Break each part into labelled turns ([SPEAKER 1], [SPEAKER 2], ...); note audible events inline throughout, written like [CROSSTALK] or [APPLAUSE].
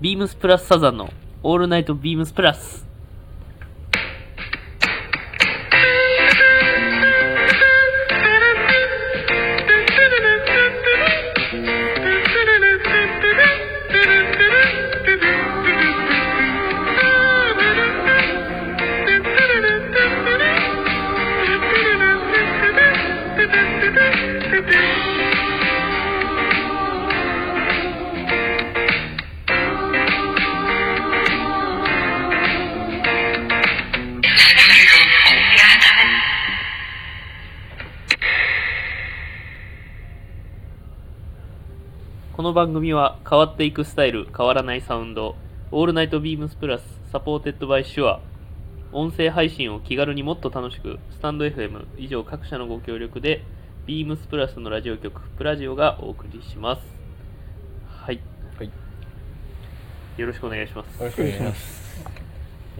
[SPEAKER 1] ビームスプラスサザンのオールナイトビームスプラス。この番組は変わっていくスタイル、変わらないサウンド、オールナイトビームスプラス、サポーテッドバイシュア、音声配信を気軽にもっと楽しく、スタンド FM 以上各社のご協力で、ビームスプラスのラジオ局、プラジオがお送りします。はい。
[SPEAKER 2] はい。
[SPEAKER 1] よろしくお願いします。
[SPEAKER 2] よろしくお願いします。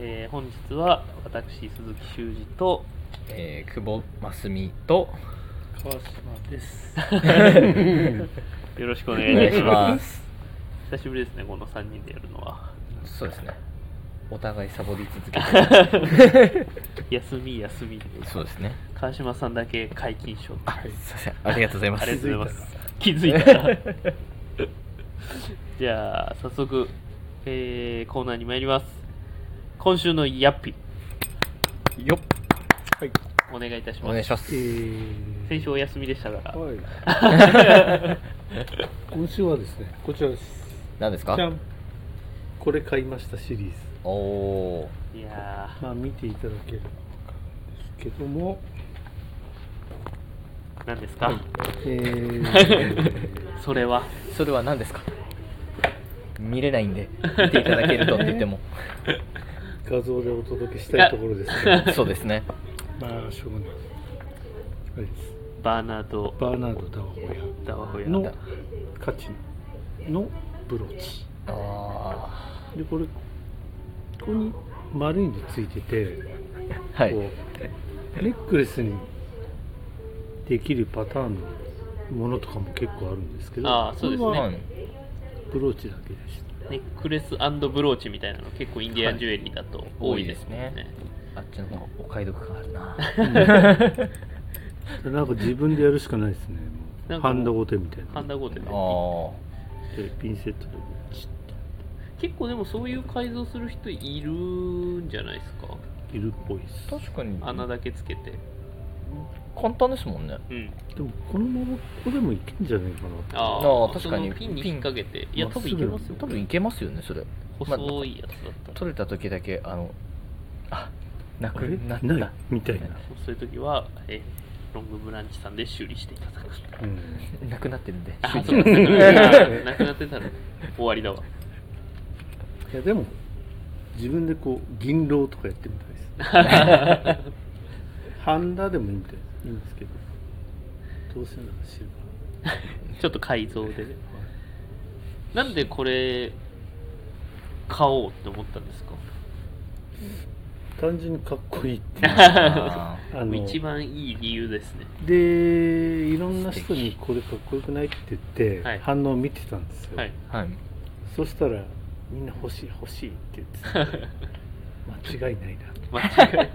[SPEAKER 1] えー本日は私、鈴木修二と
[SPEAKER 2] えー、久保真澄と。
[SPEAKER 1] 川島です。 [LAUGHS] よろしくお願いします。
[SPEAKER 2] す。
[SPEAKER 1] 久しぶりですね、この3人でやるのは。
[SPEAKER 2] そうですね。お互いサボり続け
[SPEAKER 1] [LAUGHS]
[SPEAKER 2] て。
[SPEAKER 1] 休み休み
[SPEAKER 2] そうですね。
[SPEAKER 1] 川島さんだけ皆勤賞
[SPEAKER 2] あ、すいません。ありがとうございます。
[SPEAKER 1] ありがとうございます気づいたら [LAUGHS] じゃあ早速、えーコーナーに参ります今週のヤッピ
[SPEAKER 2] よっ。
[SPEAKER 3] はい。
[SPEAKER 1] お願いいたし
[SPEAKER 2] お
[SPEAKER 1] ま
[SPEAKER 2] 願い
[SPEAKER 1] す
[SPEAKER 2] します。
[SPEAKER 3] ー
[SPEAKER 1] 先週お休みでしたから、
[SPEAKER 3] はい。 [LAUGHS] 今週はですね、こちらです。
[SPEAKER 2] 何ですか
[SPEAKER 3] じゃん。これ買いましたシリーズ。
[SPEAKER 2] おお
[SPEAKER 1] いや
[SPEAKER 3] まあ見ていただければわかるんですけども、
[SPEAKER 1] ー何ですか、
[SPEAKER 3] え [LAUGHS] ー
[SPEAKER 1] それは
[SPEAKER 2] ー。それは何ですか見れない
[SPEAKER 1] [LAUGHS]
[SPEAKER 2] んで、見ていただけるとって言っても。
[SPEAKER 3] 画像でお届けしたいところですけど、
[SPEAKER 2] そうですね。
[SPEAKER 3] まあしょうがない。あれです。
[SPEAKER 1] バーナード・
[SPEAKER 3] バーナード・ダワホヤ
[SPEAKER 1] ダワホヤ
[SPEAKER 3] の価値のブローチ。
[SPEAKER 2] あ
[SPEAKER 3] でこれここに丸いのついてて、
[SPEAKER 2] あ。はい。
[SPEAKER 3] こうネックレスにできるパターンのものとかも結構あるんですけど
[SPEAKER 1] あーそうですね
[SPEAKER 3] これ
[SPEAKER 2] は
[SPEAKER 3] はいブローチだけでした
[SPEAKER 1] ネックレスブローチみたいなの結構インディアンジュエリーだと多いですもん
[SPEAKER 2] 多いで
[SPEAKER 1] ね
[SPEAKER 2] あっちの方がお買い得感ある
[SPEAKER 1] [LAUGHS]
[SPEAKER 2] な。
[SPEAKER 3] でなんか自分でやるしかないですねも
[SPEAKER 1] なん
[SPEAKER 3] う
[SPEAKER 1] か
[SPEAKER 3] ハ
[SPEAKER 1] もう
[SPEAKER 3] ンダごてみたい
[SPEAKER 1] ハンダゴーテ
[SPEAKER 2] あ
[SPEAKER 1] ね
[SPEAKER 2] ー
[SPEAKER 3] なでピンセットでチッ
[SPEAKER 1] 結構でもそういう改造する人いるんじゃないですか
[SPEAKER 3] といるっぽいです
[SPEAKER 2] 確かに
[SPEAKER 1] 穴だけつけて
[SPEAKER 2] 簡単ですもんね。
[SPEAKER 1] うん
[SPEAKER 3] でもこのままここでもいけんじゃないかな
[SPEAKER 1] あ
[SPEAKER 2] あ
[SPEAKER 1] あ
[SPEAKER 2] あ確かに
[SPEAKER 1] そのピンに引っ掛けていや
[SPEAKER 3] まっ
[SPEAKER 1] 多
[SPEAKER 3] すぐ
[SPEAKER 1] 分いけますよ
[SPEAKER 2] 多分いけますよね、それ。
[SPEAKER 1] 細いやつだったら、
[SPEAKER 2] 取れた時だけあのあなく
[SPEAKER 3] あれ
[SPEAKER 2] なった
[SPEAKER 3] ないみたいな、
[SPEAKER 1] そういう時はえロングブランチさんで修理していただく
[SPEAKER 3] うん、
[SPEAKER 2] なくなってるんで
[SPEAKER 1] あ
[SPEAKER 2] 修理
[SPEAKER 1] そうだねなくなってたら終わりだわ
[SPEAKER 3] いやでも自分でこう銀狼とかやってみたいで
[SPEAKER 1] [LAUGHS]
[SPEAKER 3] すハンダでもいいみたいですいいんですけどどうせならシル
[SPEAKER 1] ちょっと改造でね
[SPEAKER 3] バー、
[SPEAKER 1] なんでこれ買おうって思ったんですか
[SPEAKER 3] 単純にかっこいいって
[SPEAKER 1] [LAUGHS]
[SPEAKER 3] いう
[SPEAKER 2] あ
[SPEAKER 3] あの
[SPEAKER 1] 一番いい理由ですね
[SPEAKER 3] でいろんな人にこれかっこよくないって言って、
[SPEAKER 1] はい
[SPEAKER 3] 反応を見てたんですよ、 [LAUGHS]
[SPEAKER 1] はい
[SPEAKER 2] ーはい
[SPEAKER 3] そしたらみんな欲しい欲しいって言
[SPEAKER 1] [LAUGHS]
[SPEAKER 3] ってた間違いないな
[SPEAKER 1] 間違い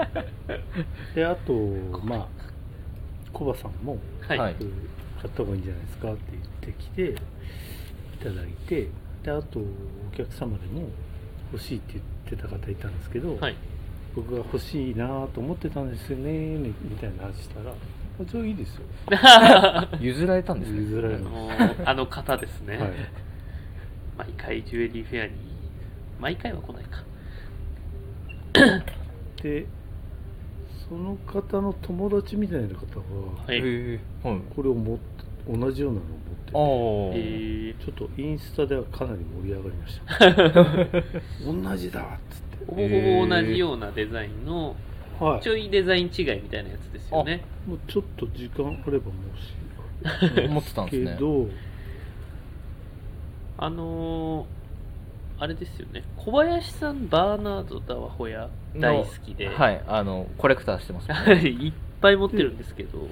[SPEAKER 3] であとまあコバさんも
[SPEAKER 1] はい、
[SPEAKER 2] はい
[SPEAKER 3] 買った方がいいんじゃないですかって言ってきていただいてであとお客様でも欲しいって言ってた方いたんですけど、
[SPEAKER 1] はい
[SPEAKER 3] 僕が欲しいなと思ってたんですよねみみたいな話したら「あじゃあいいですよ
[SPEAKER 1] [LAUGHS]
[SPEAKER 2] 譲られたんですね
[SPEAKER 3] 譲られ
[SPEAKER 1] あ
[SPEAKER 3] ま
[SPEAKER 1] の
[SPEAKER 2] [LAUGHS]
[SPEAKER 1] あの方です」ね、
[SPEAKER 3] はい、
[SPEAKER 1] 毎回ジュエリーフェアに毎回は来ないか
[SPEAKER 3] でその方の友達みたいな方が、
[SPEAKER 1] はい
[SPEAKER 2] へーはい
[SPEAKER 3] これを持って同じようなのを
[SPEAKER 2] あ
[SPEAKER 3] 持って
[SPEAKER 1] え
[SPEAKER 2] ー
[SPEAKER 1] ー
[SPEAKER 3] てちょっとインスタではかなり盛り上がりました
[SPEAKER 1] [LAUGHS]
[SPEAKER 3] 同じだっつって
[SPEAKER 1] ほぼほぼ同じようなデザインの
[SPEAKER 3] はい
[SPEAKER 1] ちょいデザイン違いみたいなやつですよね
[SPEAKER 3] もうちょっと時間あればもう
[SPEAKER 2] 思ってたん
[SPEAKER 3] しけ
[SPEAKER 2] ですね
[SPEAKER 3] ど、
[SPEAKER 1] あのーあれですよね小林さんバーナード・ダワホヤ大好きで、 [LAUGHS]
[SPEAKER 2] はいあのコレクターしてますもんね
[SPEAKER 1] い、っぱい持ってるんですけど、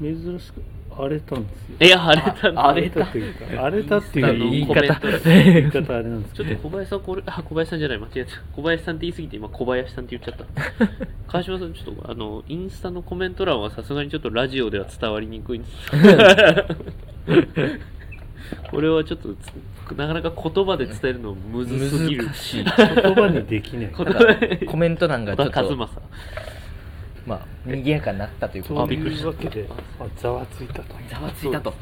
[SPEAKER 3] 珍しくあ荒れたんですよ
[SPEAKER 1] いや、荒れたんだ
[SPEAKER 2] あ荒れた
[SPEAKER 3] というか荒れたってい
[SPEAKER 1] あ
[SPEAKER 3] う
[SPEAKER 1] の
[SPEAKER 2] 言い
[SPEAKER 1] コメン
[SPEAKER 2] 方
[SPEAKER 1] トで
[SPEAKER 3] 言い方あれなんです
[SPEAKER 1] ちょ
[SPEAKER 3] け
[SPEAKER 1] っ
[SPEAKER 3] ど
[SPEAKER 1] と小林さん、これ、あ、小林さんじゃない、間違えた。小林さんって言い過ぎて、今、小林さんって言っちゃった。
[SPEAKER 2] [LAUGHS]
[SPEAKER 1] 川島さん、ちょっと、あの、インスタのコメント欄はさすがにちょっとラジオでは伝わりにく
[SPEAKER 2] [LAUGHS]
[SPEAKER 1] いんです。これはちょっとつ、なかなか言葉で伝えるのむずすぎる。
[SPEAKER 2] 難しい
[SPEAKER 3] 言葉にできない
[SPEAKER 1] こ
[SPEAKER 2] なんかコメント欄が
[SPEAKER 1] 小
[SPEAKER 2] ちょ
[SPEAKER 1] 田
[SPEAKER 2] っ
[SPEAKER 1] 和
[SPEAKER 2] と
[SPEAKER 1] 正。
[SPEAKER 2] まあ賑やかになったということ
[SPEAKER 1] あ
[SPEAKER 3] と
[SPEAKER 1] びっくり
[SPEAKER 3] い
[SPEAKER 1] し
[SPEAKER 3] う
[SPEAKER 1] た
[SPEAKER 3] わけでまあざわついたと
[SPEAKER 2] ざわついたと
[SPEAKER 1] も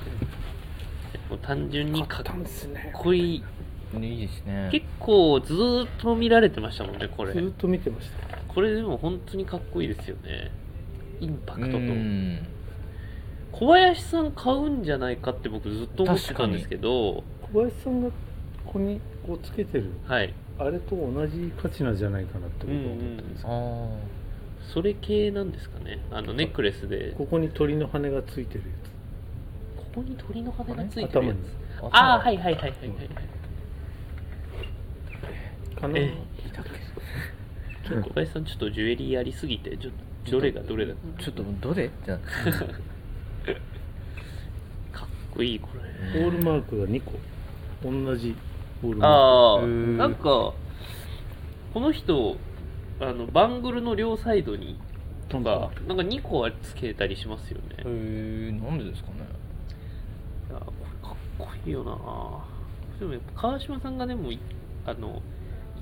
[SPEAKER 1] う単純にか
[SPEAKER 3] あ
[SPEAKER 1] っ
[SPEAKER 3] ったんですね
[SPEAKER 1] こいい。
[SPEAKER 2] ねいいですね
[SPEAKER 1] 結構、ずーっと見られてましたもんね、これ
[SPEAKER 3] ず。っと見てました
[SPEAKER 1] これでも本当にかっこいいですよね。インパクトと。
[SPEAKER 2] うん
[SPEAKER 1] 小林さん買うんじゃないかって僕ずっと思ってたんですけど、
[SPEAKER 3] 小林さんがここにこうつけてる
[SPEAKER 1] はい、
[SPEAKER 3] あれと同じ価値なんじゃないかなって僕は思ったんですけ
[SPEAKER 2] あ
[SPEAKER 3] ど、
[SPEAKER 2] ー
[SPEAKER 1] それ系なんですかねあのネックレスでこ
[SPEAKER 3] ここに鳥の羽がついてるや
[SPEAKER 1] こに鳥の羽がつい
[SPEAKER 3] つ
[SPEAKER 1] てる
[SPEAKER 3] 頭
[SPEAKER 1] や
[SPEAKER 3] に
[SPEAKER 1] つ
[SPEAKER 2] あ
[SPEAKER 1] ああーはいはいはいはいはい
[SPEAKER 3] かな、
[SPEAKER 1] ええちょっと小林さんちょっとジュエリーやりすぎてちょっとどれがどれだか
[SPEAKER 2] ちょっとどれってなって
[SPEAKER 1] かっこいいこれ
[SPEAKER 3] オールマークが2個同じオールマー
[SPEAKER 1] ああ
[SPEAKER 2] うーん
[SPEAKER 1] なんかこの人あのバングルの両サイドに
[SPEAKER 3] ク
[SPEAKER 1] とかなんか2個はつけたりしますよね、
[SPEAKER 2] へ
[SPEAKER 1] い
[SPEAKER 2] えなんでですかね
[SPEAKER 1] やこれかっこいいよなでもやっぱ川島さんがでもいあの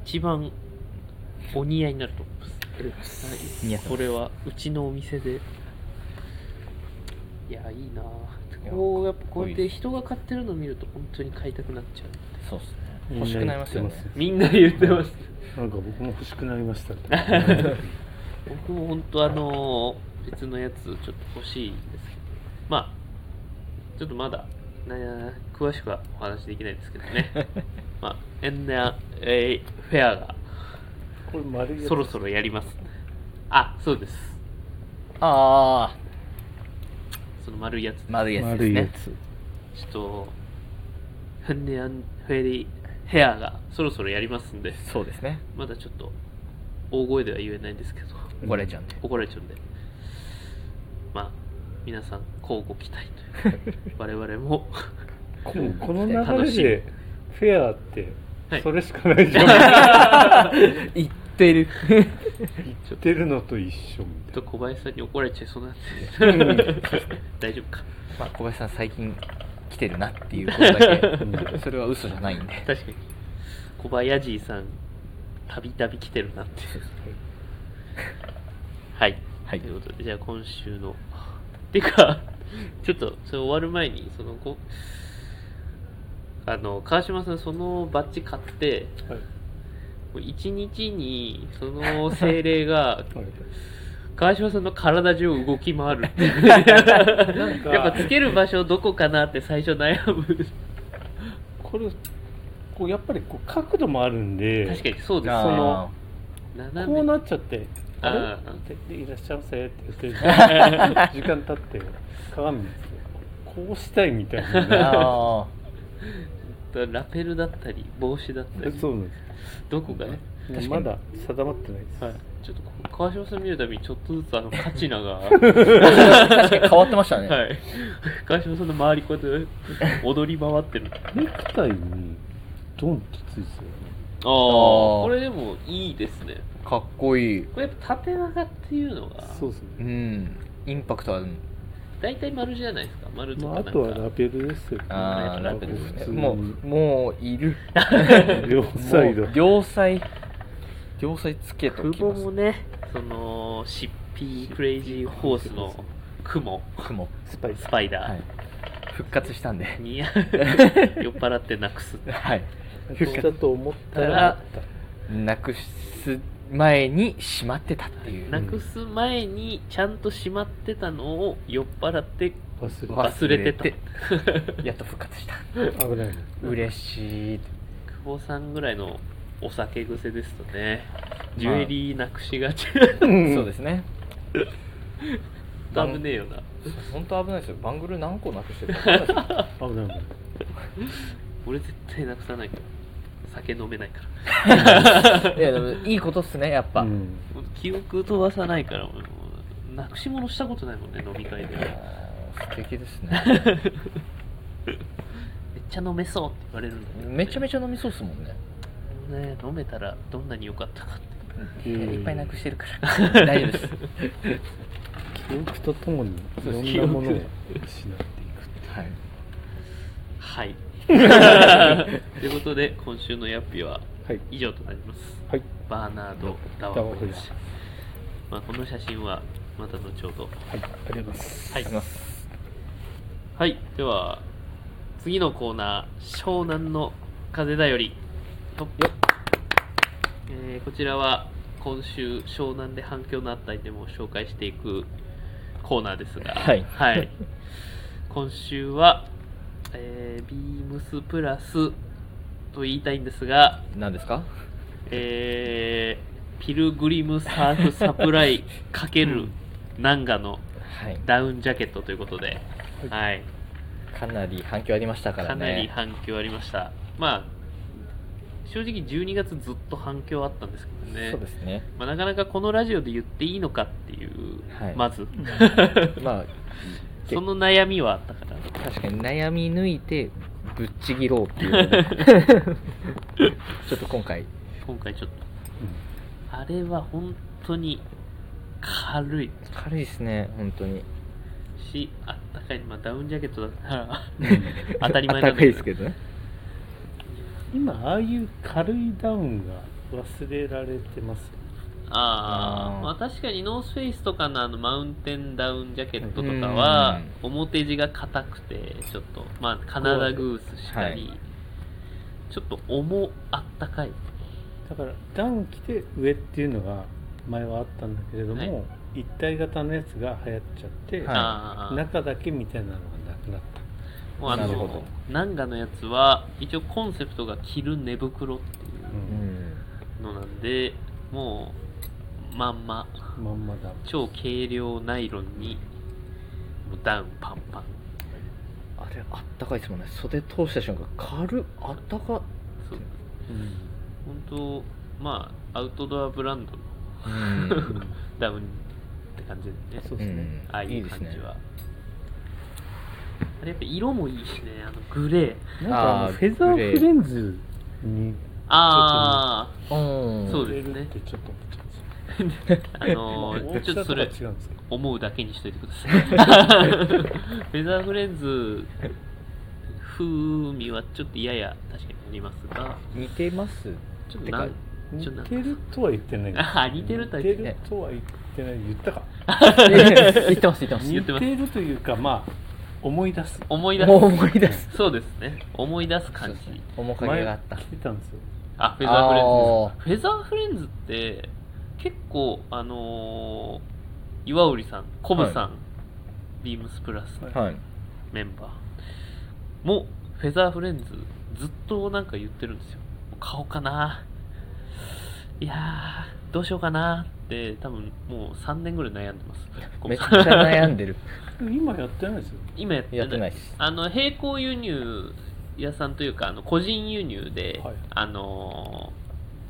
[SPEAKER 1] 一番お似合いになると思いますはい、
[SPEAKER 2] いや
[SPEAKER 1] これはうちのお店でいやいいなぁ
[SPEAKER 2] いや
[SPEAKER 1] こうやっぱこうやっ
[SPEAKER 2] かっこい
[SPEAKER 1] て
[SPEAKER 2] い
[SPEAKER 1] 人が買ってるの見ると本当に買いたくなっちゃう
[SPEAKER 2] そうですね
[SPEAKER 3] みん
[SPEAKER 2] 欲しくなりますよね
[SPEAKER 3] 言って
[SPEAKER 1] みんな言ってます
[SPEAKER 3] なんか僕も欲しくなりましたって
[SPEAKER 1] [LAUGHS] 僕も本当あのー別のやつちょっと欲しいですけどまあちょっとまだな詳しくはお話できないですけどねまあエンナ、えーフェアが
[SPEAKER 3] これ丸いやつ
[SPEAKER 1] そろそろやりますあそうです
[SPEAKER 2] ああ
[SPEAKER 1] その丸いやつ
[SPEAKER 2] 丸いやつで
[SPEAKER 3] 丸
[SPEAKER 2] す
[SPEAKER 3] いや
[SPEAKER 2] ね
[SPEAKER 3] つ
[SPEAKER 1] ちょっと、フェンネアンフェリヘアがそろそろやりますんで、
[SPEAKER 2] そうですね
[SPEAKER 1] まだちょっと大声では言えないんですけど、
[SPEAKER 2] 怒られちゃ
[SPEAKER 1] [LAUGHS]
[SPEAKER 2] うんで
[SPEAKER 1] 怒られちゃうんで、まあ、皆さん、乞うご期待という我々 [LAUGHS] も、
[SPEAKER 3] ここの流れでフェアって
[SPEAKER 1] はい
[SPEAKER 3] それしかないじゃ
[SPEAKER 1] [LAUGHS]
[SPEAKER 3] ない
[SPEAKER 2] 言ってる
[SPEAKER 3] 言ってるのと一緒み
[SPEAKER 1] ち
[SPEAKER 3] た
[SPEAKER 1] ょっ
[SPEAKER 3] い
[SPEAKER 1] と小林さんに怒られちゃいそうなんで、大丈夫か。
[SPEAKER 2] [LAUGHS] まあ小林さん最近来てるなっていうことだけそれは嘘じゃないんで
[SPEAKER 1] 確かに、小林さん、たびたび来てるなっていう。はい。
[SPEAKER 2] はい
[SPEAKER 1] ということで、じゃあ今週の。てか、ちょっと、それ終わる前に、その、こあの、川島さん、そのバッジ買って、
[SPEAKER 3] な、はい
[SPEAKER 1] もう一日に、その精霊
[SPEAKER 3] [LAUGHS]
[SPEAKER 1] が、
[SPEAKER 3] はい
[SPEAKER 1] 川島さんの体中を動き回るっていう。やっぱつける場所どこかなって最初悩む。
[SPEAKER 3] これこうやっぱりこう角度もあるんで
[SPEAKER 1] 確かにそうです
[SPEAKER 3] あー
[SPEAKER 1] ね。
[SPEAKER 2] あ
[SPEAKER 1] 斜め
[SPEAKER 3] こうなっちゃって「あれ?
[SPEAKER 1] あー
[SPEAKER 3] って」でいらっしゃいませ」って
[SPEAKER 1] [LAUGHS]
[SPEAKER 3] 言って時間経って鏡見てこうしたいみたい
[SPEAKER 2] ー
[SPEAKER 1] [LAUGHS]
[SPEAKER 3] な
[SPEAKER 2] あ
[SPEAKER 1] ラペルだったり、帽子だったり、
[SPEAKER 3] そうなんで
[SPEAKER 1] どこかね。
[SPEAKER 3] す
[SPEAKER 2] 確かに
[SPEAKER 3] まだ定まってないです、
[SPEAKER 1] はい、ちょっとこう川島さん見るたびにちょっとずつあのカチ
[SPEAKER 3] [LAUGHS]
[SPEAKER 1] ナが、は
[SPEAKER 2] ー確かに変わってましたね、
[SPEAKER 1] い、川島さんの周りこうやって踊り回ってるあ
[SPEAKER 3] ネクタイにドンってついてたよね
[SPEAKER 1] あこれでもいいですね
[SPEAKER 2] かっこいい
[SPEAKER 1] これやっぱ縦長っていうのが
[SPEAKER 3] そうですね
[SPEAKER 2] うんインパクトある
[SPEAKER 1] 大体丸じゃないですか丸と
[SPEAKER 3] ま
[SPEAKER 1] かな
[SPEAKER 3] あ、あ
[SPEAKER 1] んか、
[SPEAKER 3] とはラベルですよね。
[SPEAKER 2] ああ
[SPEAKER 1] ラ
[SPEAKER 2] ラ
[SPEAKER 1] ペル
[SPEAKER 2] ペル
[SPEAKER 1] です
[SPEAKER 2] です
[SPEAKER 3] 普通
[SPEAKER 2] ね
[SPEAKER 3] に
[SPEAKER 2] もうもういる
[SPEAKER 3] 両サイド
[SPEAKER 2] もう。両サイ両サイつけとき
[SPEAKER 1] 雲
[SPEAKER 2] ます
[SPEAKER 1] もねそのシッピークレイジーホースの雲
[SPEAKER 2] 雲
[SPEAKER 3] スパイス
[SPEAKER 1] ス。パイダ [LAUGHS]
[SPEAKER 2] はい復活したんで
[SPEAKER 1] ーに、酔っ払ってなくす
[SPEAKER 2] はい
[SPEAKER 3] 復活だと思ったら、
[SPEAKER 2] なくす前にしまってたっていう
[SPEAKER 1] なくす前にちゃんとしまってたのを酔っ払って
[SPEAKER 3] 忘れ
[SPEAKER 1] 忘れてた
[SPEAKER 2] やっと復活した
[SPEAKER 3] た。危ない。
[SPEAKER 2] 嬉しい
[SPEAKER 1] 久保さんぐらいのお酒癖ですとね
[SPEAKER 2] あ
[SPEAKER 1] ジュエリーなくしがち、
[SPEAKER 2] そうですね
[SPEAKER 1] 危ねえよな
[SPEAKER 2] 本当危ないですよバングル何個なくしてるか分かんないですよ
[SPEAKER 3] 危ない危ない。
[SPEAKER 1] 俺絶対なくさないから酒飲めないから
[SPEAKER 2] いやでもいいことっすねやっぱ、
[SPEAKER 3] うん
[SPEAKER 1] もう記憶飛ばさないからもうなくし物したことないもんね飲み会で
[SPEAKER 2] あー素敵ですね
[SPEAKER 1] めっちゃ飲めそうって言われるんだけどね
[SPEAKER 2] めちゃめちゃ飲みそうっすもんね
[SPEAKER 1] ね飲めたらどんなに良かったかって
[SPEAKER 3] うん
[SPEAKER 2] いっぱいなくしてるから大丈夫です
[SPEAKER 3] 記憶とともにいろんなものを失っていく
[SPEAKER 2] はい
[SPEAKER 1] はいということで今週のヤッピーは
[SPEAKER 3] はい
[SPEAKER 1] 以上となります
[SPEAKER 3] はい
[SPEAKER 1] バーナード・ダワホイシ、まあ、この写真はまた後ほど
[SPEAKER 3] はいありがとうございます
[SPEAKER 1] はい
[SPEAKER 2] 行きます
[SPEAKER 1] はいでは次のコーナー「湘南の風だより」とえーこちらは今週湘南で反響のあったアイテムを紹介していくコーナーですが、
[SPEAKER 2] はい
[SPEAKER 1] 今週は、えー、ビームスプラスと言いたいんですが、
[SPEAKER 2] 何ですか
[SPEAKER 1] えーピルグリムサーフサプライ×ナンガの
[SPEAKER 2] はい
[SPEAKER 1] ダウンジャケットということで、はい、
[SPEAKER 2] かなり反響ありましたから
[SPEAKER 1] かなり
[SPEAKER 2] ね
[SPEAKER 1] 反響ありましたまあ正直12月ずっと反響あったんですけどね
[SPEAKER 2] そうです [LAUGHS] ね
[SPEAKER 1] まあ、なかなかこのラジオで言っていいのかっていう、
[SPEAKER 2] はい
[SPEAKER 1] まず
[SPEAKER 2] [LAUGHS] まあ
[SPEAKER 1] その悩みはあったから
[SPEAKER 2] 確かに悩み抜いてぶっちぎろうっていう [LAUGHS] ちょっと今回
[SPEAKER 1] 今回ちょっとあれは本当に軽い
[SPEAKER 2] 軽いですね本当に
[SPEAKER 1] しあったかい、まあ、ダウンジャケットだった
[SPEAKER 2] [LAUGHS]
[SPEAKER 1] ら
[SPEAKER 3] うん
[SPEAKER 1] 当たり前
[SPEAKER 2] あ
[SPEAKER 1] な
[SPEAKER 2] っ
[SPEAKER 1] ん
[SPEAKER 2] た
[SPEAKER 1] だ
[SPEAKER 2] かい
[SPEAKER 1] け
[SPEAKER 2] で
[SPEAKER 1] ど
[SPEAKER 2] すけどね
[SPEAKER 3] 今ああいう軽いダウンが忘れられてますよ
[SPEAKER 1] あ
[SPEAKER 2] あ
[SPEAKER 1] あ
[SPEAKER 2] ー
[SPEAKER 1] まあ確かにノースフェイスとかのあのマウンテンダウンジャケットとかは表地が硬くてちょっとまあカナダグースしたり、
[SPEAKER 2] は
[SPEAKER 1] ちょっと重あったかい
[SPEAKER 3] だからダウン着て上っていうのが前はあったんだけれども、
[SPEAKER 1] は
[SPEAKER 3] 一体型のやつが流行っちゃって、
[SPEAKER 2] はい
[SPEAKER 1] あー
[SPEAKER 3] 中だけみたいなのがなくなっ
[SPEAKER 1] もうあ
[SPEAKER 2] なるほど
[SPEAKER 1] のナンガのやつは一応コンセプトが着る寝袋って
[SPEAKER 3] た、
[SPEAKER 1] いう
[SPEAKER 3] うん
[SPEAKER 1] うのなんでもうまんま
[SPEAKER 3] ん、まんまだ
[SPEAKER 1] 超軽量ナイロンにもうダウンパンパン
[SPEAKER 2] あれあったかいですもんね袖通した瞬間軽っあったか
[SPEAKER 1] そう
[SPEAKER 3] うん
[SPEAKER 1] 本当まあアウトドアブランドの
[SPEAKER 2] う
[SPEAKER 3] うん
[SPEAKER 2] ん、
[SPEAKER 1] ダウンって感じでね
[SPEAKER 3] そうですね、
[SPEAKER 1] ああい
[SPEAKER 2] いうです
[SPEAKER 1] 感
[SPEAKER 2] ね
[SPEAKER 1] じはあれやっぱ色もいいしねあのグレー
[SPEAKER 3] なんかあ
[SPEAKER 2] あー
[SPEAKER 3] のフェザーフレンズに
[SPEAKER 1] あ
[SPEAKER 2] うん
[SPEAKER 1] そう
[SPEAKER 3] 触
[SPEAKER 1] で
[SPEAKER 3] れ
[SPEAKER 1] すね
[SPEAKER 3] るってちょっと思っちゃうんですよ
[SPEAKER 1] ああ
[SPEAKER 2] [LAUGHS]
[SPEAKER 1] の
[SPEAKER 3] まあ
[SPEAKER 1] ーちょっとそ
[SPEAKER 3] 大
[SPEAKER 1] れ
[SPEAKER 3] きさは違うんですけど
[SPEAKER 1] 思うだけにしといて [LAUGHS] くださいフェザーフレンズ風味はちょっとやや確かにありますが
[SPEAKER 2] 似て [LAUGHS] ます
[SPEAKER 1] ちょっと
[SPEAKER 2] て
[SPEAKER 1] な
[SPEAKER 2] か
[SPEAKER 1] んちょっとな
[SPEAKER 3] 似
[SPEAKER 1] ん
[SPEAKER 3] てるとは言ってないんです
[SPEAKER 1] あ [LAUGHS] 似てるとは
[SPEAKER 3] 似
[SPEAKER 1] 言ってて
[SPEAKER 2] ない
[SPEAKER 3] るとは言ってない言ったか
[SPEAKER 2] [LAUGHS] 言ってます言ってます
[SPEAKER 1] 言
[SPEAKER 3] 似
[SPEAKER 1] ってます
[SPEAKER 3] てるというかまあ思い出す
[SPEAKER 1] 思い出す
[SPEAKER 2] もう思い出す
[SPEAKER 1] そうですね思い出す感
[SPEAKER 2] そうで
[SPEAKER 1] じ
[SPEAKER 2] すね面影があった
[SPEAKER 3] 前着てたんですよ
[SPEAKER 1] あフェザーフレンズですか
[SPEAKER 2] あー
[SPEAKER 1] フェザーフレンズって結構あのー岩織さんコブさん、ビームスプラスの
[SPEAKER 2] はい
[SPEAKER 1] メンバーもフェザーフレンズずっとなんか言ってるんですよ買おうかないやーどうしようかなって多分もう3年ぐらい悩んでますコブ
[SPEAKER 2] めっち
[SPEAKER 1] さ
[SPEAKER 2] ゃ
[SPEAKER 1] ん
[SPEAKER 2] 悩ん
[SPEAKER 1] [LAUGHS]
[SPEAKER 2] でる
[SPEAKER 3] 今やってないですよ
[SPEAKER 1] 今やってな
[SPEAKER 2] や
[SPEAKER 1] い
[SPEAKER 2] ってないです
[SPEAKER 1] あの並行輸入屋さんというかあの個人輸入で、
[SPEAKER 3] はい
[SPEAKER 1] あのー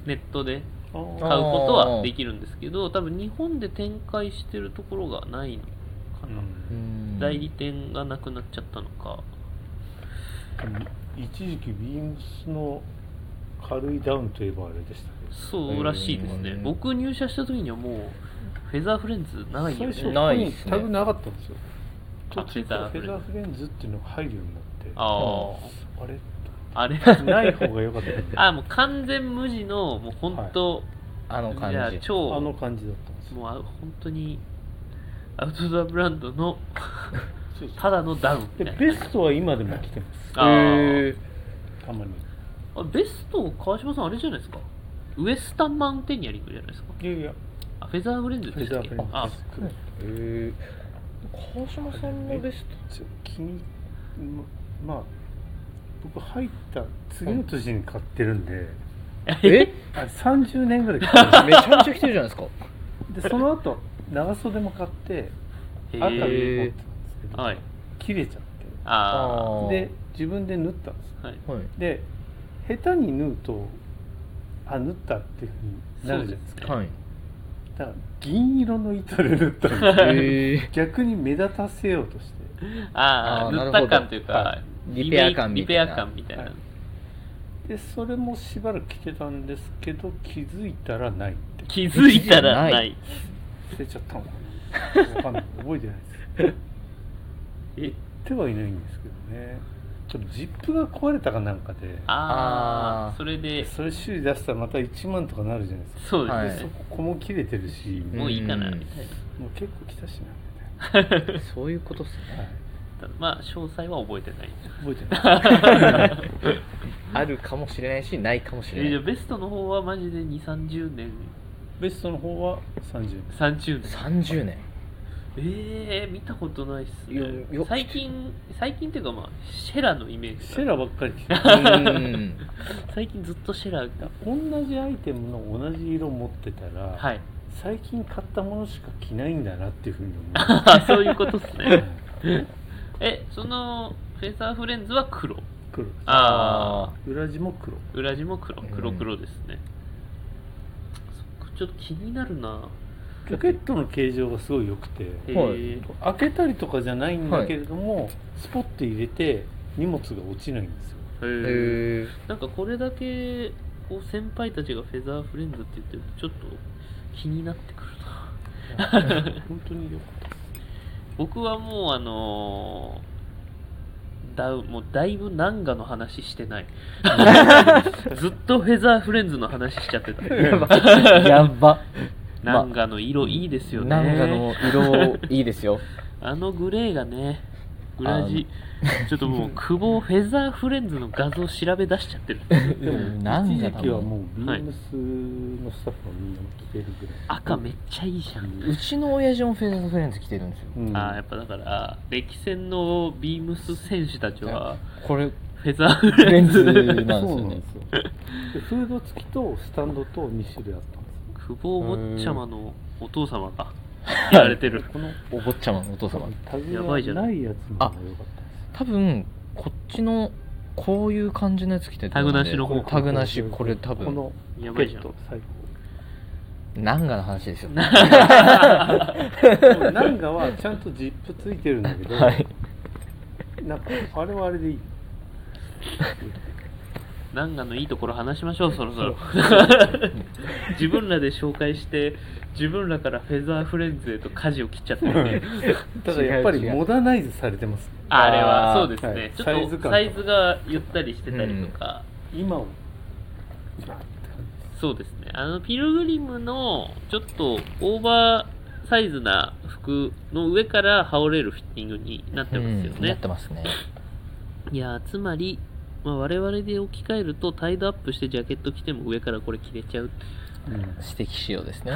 [SPEAKER 1] ネットで
[SPEAKER 3] あー
[SPEAKER 1] 買うことはできるんですけど多分日本で展開してるところがないのかな、
[SPEAKER 2] うん
[SPEAKER 1] 代理店がなくなっちゃったのか
[SPEAKER 3] 一時期ビームスの軽いダウンといえばあれでしたけど
[SPEAKER 1] そうらしいですね、
[SPEAKER 2] うん
[SPEAKER 1] 僕入社した時にはもうフェザーフレンズないよね
[SPEAKER 3] 最初
[SPEAKER 2] な
[SPEAKER 3] ない
[SPEAKER 2] っ
[SPEAKER 3] い
[SPEAKER 2] すね
[SPEAKER 3] タグなかったんですよ
[SPEAKER 1] あ
[SPEAKER 3] 途中から
[SPEAKER 1] フェ
[SPEAKER 3] フェ
[SPEAKER 1] ザ
[SPEAKER 3] ザ
[SPEAKER 1] ー
[SPEAKER 3] ーフレンズっていうのが入るようになってあ
[SPEAKER 1] あ
[SPEAKER 3] れ
[SPEAKER 1] ああれ
[SPEAKER 3] ない方が良かったんだ
[SPEAKER 1] [LAUGHS] あもう完全無地のもう本当、
[SPEAKER 2] あの
[SPEAKER 1] じゃあ
[SPEAKER 2] 感じ
[SPEAKER 1] 超
[SPEAKER 3] あの感じだったんですよ
[SPEAKER 1] もうあ本当にアウトドアブランドの
[SPEAKER 3] そうそう
[SPEAKER 1] ただのダウンみ
[SPEAKER 3] で
[SPEAKER 1] たいな
[SPEAKER 3] ベストは今でも着てま
[SPEAKER 1] あー
[SPEAKER 2] へー
[SPEAKER 3] すたまに
[SPEAKER 1] あベスト川島さんあれじゃないですかウエスタンマウンテニアリングじゃないですか
[SPEAKER 3] いやいや
[SPEAKER 1] あフェザーフレンズ
[SPEAKER 3] フ
[SPEAKER 1] で
[SPEAKER 3] ェ
[SPEAKER 1] し
[SPEAKER 3] ザ
[SPEAKER 1] たっ
[SPEAKER 3] ー
[SPEAKER 1] け
[SPEAKER 3] フレンズ
[SPEAKER 1] あ
[SPEAKER 2] へえ川島さんのベス
[SPEAKER 1] [LAUGHS]
[SPEAKER 2] ト
[SPEAKER 3] ちょ君ままあ僕入った次の年に買ってるんで、
[SPEAKER 2] え
[SPEAKER 3] あれ30年ぐらい買って
[SPEAKER 2] めちゃめちゃ来てるじゃないですか
[SPEAKER 3] るでその後長袖も買って
[SPEAKER 1] へ
[SPEAKER 3] 赤に持って
[SPEAKER 1] え
[SPEAKER 3] たんですけど、
[SPEAKER 1] はい
[SPEAKER 3] 切れちゃっ
[SPEAKER 1] [LAUGHS] あ
[SPEAKER 2] ー
[SPEAKER 3] てで自分で縫ったんです
[SPEAKER 1] あはい
[SPEAKER 2] はい
[SPEAKER 3] で下手に縫うとあ縫ったっていうふうになるじゃないです
[SPEAKER 1] そうで
[SPEAKER 3] か
[SPEAKER 1] すね
[SPEAKER 2] はい
[SPEAKER 3] だから銀色の糸で塗ったんです
[SPEAKER 2] [LAUGHS]
[SPEAKER 3] よ
[SPEAKER 2] へえ
[SPEAKER 3] 逆に目立たせようとして
[SPEAKER 1] ああ
[SPEAKER 2] あー
[SPEAKER 1] 塗っ
[SPEAKER 2] なる
[SPEAKER 1] た
[SPEAKER 2] ほど
[SPEAKER 1] 感という
[SPEAKER 2] は
[SPEAKER 1] か
[SPEAKER 2] いリペア感
[SPEAKER 1] リ
[SPEAKER 2] みた
[SPEAKER 1] ペ
[SPEAKER 2] いな
[SPEAKER 1] ア感みたいな
[SPEAKER 3] はいでそれもしばらく着てたんですけど気づいたらないって
[SPEAKER 1] 気づいたらな
[SPEAKER 2] ないい
[SPEAKER 3] 捨てちゃったのかな
[SPEAKER 1] [LAUGHS]
[SPEAKER 3] わかんない覚えてないです
[SPEAKER 1] え
[SPEAKER 3] 売ってはいないんですけどねちょっとジップが壊れたかなんかで
[SPEAKER 1] あ
[SPEAKER 2] あ
[SPEAKER 1] あ
[SPEAKER 2] ー
[SPEAKER 1] それで
[SPEAKER 3] それ修理出したらまた1万とかなるじゃないですか
[SPEAKER 1] そう
[SPEAKER 2] は
[SPEAKER 1] で
[SPEAKER 2] い
[SPEAKER 1] す
[SPEAKER 3] そ
[SPEAKER 1] ね
[SPEAKER 3] ここも切れてるし
[SPEAKER 2] うん
[SPEAKER 1] もういいかな
[SPEAKER 2] うん
[SPEAKER 1] みたいな
[SPEAKER 3] もう結構来たしなみたいな、
[SPEAKER 2] そういうことっすね
[SPEAKER 3] はい、
[SPEAKER 1] まあ詳細は覚えてない
[SPEAKER 3] 覚えてない
[SPEAKER 2] あるかもしれないしないかもし
[SPEAKER 1] え
[SPEAKER 2] れ
[SPEAKER 1] じ
[SPEAKER 2] な
[SPEAKER 1] ゃあ
[SPEAKER 2] い
[SPEAKER 1] ベストの方はマジで2 3 0年
[SPEAKER 3] ベストの方は30年
[SPEAKER 1] 30年
[SPEAKER 2] 30年
[SPEAKER 1] えー、見たことないっす
[SPEAKER 2] いや
[SPEAKER 1] ね
[SPEAKER 2] よ
[SPEAKER 1] 最近最近っていうかまあシェラのイメージ
[SPEAKER 3] シェラばっかり着てる
[SPEAKER 2] うん [LAUGHS]
[SPEAKER 1] 最近ずっとシェラが
[SPEAKER 3] 同じアイテムの同じ色持ってたら、
[SPEAKER 1] はい
[SPEAKER 3] 最近買ったものしか着ないんだなっていうふうに思います
[SPEAKER 1] あそういう [LAUGHS] ことっす [LAUGHS]
[SPEAKER 3] は
[SPEAKER 1] ね
[SPEAKER 3] い
[SPEAKER 1] えそのフェザーフレンズは黒
[SPEAKER 3] 黒
[SPEAKER 1] ああ
[SPEAKER 3] 裏地も黒
[SPEAKER 1] 裏地も黒
[SPEAKER 2] うん
[SPEAKER 1] 黒黒ですね、そっかちょっと気になるな
[SPEAKER 3] ポケットの形状がすごい良くて
[SPEAKER 1] え
[SPEAKER 2] はい
[SPEAKER 1] ー
[SPEAKER 3] 開けたりとかじゃないんだけれども、スポッて入れて荷物が落ちないん
[SPEAKER 1] [LAUGHS]
[SPEAKER 3] ですよ
[SPEAKER 1] え
[SPEAKER 2] へ
[SPEAKER 1] ー
[SPEAKER 2] え
[SPEAKER 1] なんかこれだけこう先輩たちがフェザーフレンズって言ってるとちょっと気になってくるな
[SPEAKER 3] 本当によかった
[SPEAKER 1] 僕はもうあのーだもうだいぶ南賀の話して
[SPEAKER 2] [LAUGHS]
[SPEAKER 1] ないずっとフェザーフレンズの話しちゃ
[SPEAKER 2] [LAUGHS]
[SPEAKER 1] ってた
[SPEAKER 2] やばやば
[SPEAKER 1] 南賀の色いいですよね、
[SPEAKER 2] なんかの色いいですよ
[SPEAKER 1] あのグレーがね、裏地、ちょっともう、久保フェザーフレンズの画像調べ出しちゃってる。
[SPEAKER 3] でも
[SPEAKER 2] なん
[SPEAKER 3] 一
[SPEAKER 2] か
[SPEAKER 3] 時
[SPEAKER 2] だ
[SPEAKER 3] 期は
[SPEAKER 2] も
[SPEAKER 3] もうビ
[SPEAKER 1] はい
[SPEAKER 3] ームスのスタッフはみんな着てるぐらい
[SPEAKER 1] 赤めっちゃいいじゃん。
[SPEAKER 2] ううちの親父もフェザーフレンズ着てるんですよ
[SPEAKER 3] うん
[SPEAKER 1] あーやっぱだから、歴戦のビームス選手たちは、
[SPEAKER 2] これ
[SPEAKER 1] フェザーフ
[SPEAKER 2] フレ
[SPEAKER 1] レン
[SPEAKER 2] ンズ
[SPEAKER 1] ズ。
[SPEAKER 2] なんです
[SPEAKER 3] そう
[SPEAKER 2] よ
[SPEAKER 3] なん
[SPEAKER 2] ね
[SPEAKER 3] ですよでフード付きとスタンドと2種類あったんですよ
[SPEAKER 1] 久保坊っちゃまのお父様がやられてる。
[SPEAKER 3] この
[SPEAKER 2] お坊ちゃまのお父様
[SPEAKER 3] タグ
[SPEAKER 1] やばいじゃ
[SPEAKER 3] が
[SPEAKER 1] な
[SPEAKER 3] ないやつの方が良かったんですよ
[SPEAKER 2] 多分こっちのこういう感じのやつ着てると思うん
[SPEAKER 1] タグ
[SPEAKER 2] で
[SPEAKER 1] なしの方
[SPEAKER 2] タグなしこれ多
[SPEAKER 3] こ
[SPEAKER 2] 分
[SPEAKER 3] の
[SPEAKER 1] やば
[SPEAKER 3] ポ
[SPEAKER 1] い
[SPEAKER 3] ケ
[SPEAKER 1] じゃ
[SPEAKER 3] ッ
[SPEAKER 1] ん
[SPEAKER 3] ト最
[SPEAKER 2] なんかの話ですよ
[SPEAKER 3] 高なんかはちゃんとジップついてるんだけど、
[SPEAKER 2] はい
[SPEAKER 3] なんかあれはあれでいい
[SPEAKER 1] 南賀のいいところ話しましょう、そろそろ。自分らで紹介して、自分らからフェザーフレンズへと舵を切っちゃってるね。
[SPEAKER 3] ただやっぱり
[SPEAKER 2] 違う違う
[SPEAKER 3] モダナイズされてますね
[SPEAKER 1] あれは
[SPEAKER 2] あー
[SPEAKER 1] そうですね、
[SPEAKER 3] はい
[SPEAKER 1] ち
[SPEAKER 3] サ
[SPEAKER 1] ょ
[SPEAKER 3] イ
[SPEAKER 1] っ
[SPEAKER 3] ズ
[SPEAKER 1] と
[SPEAKER 3] 感
[SPEAKER 1] サイズがゆったりしてたりとか、
[SPEAKER 3] 今を
[SPEAKER 1] そうですねあのピルグリムのちょっとオーバーサイズな服の上から羽織れるフィッティングになってますよ
[SPEAKER 2] うんや
[SPEAKER 1] ね
[SPEAKER 2] っ、てますね
[SPEAKER 1] いやーつまり、まあ、我々で置き換えるとタイドアップしてジャケット着ても上からこれ着れちゃう
[SPEAKER 3] うん
[SPEAKER 2] 指摘しよう [LAUGHS] ですね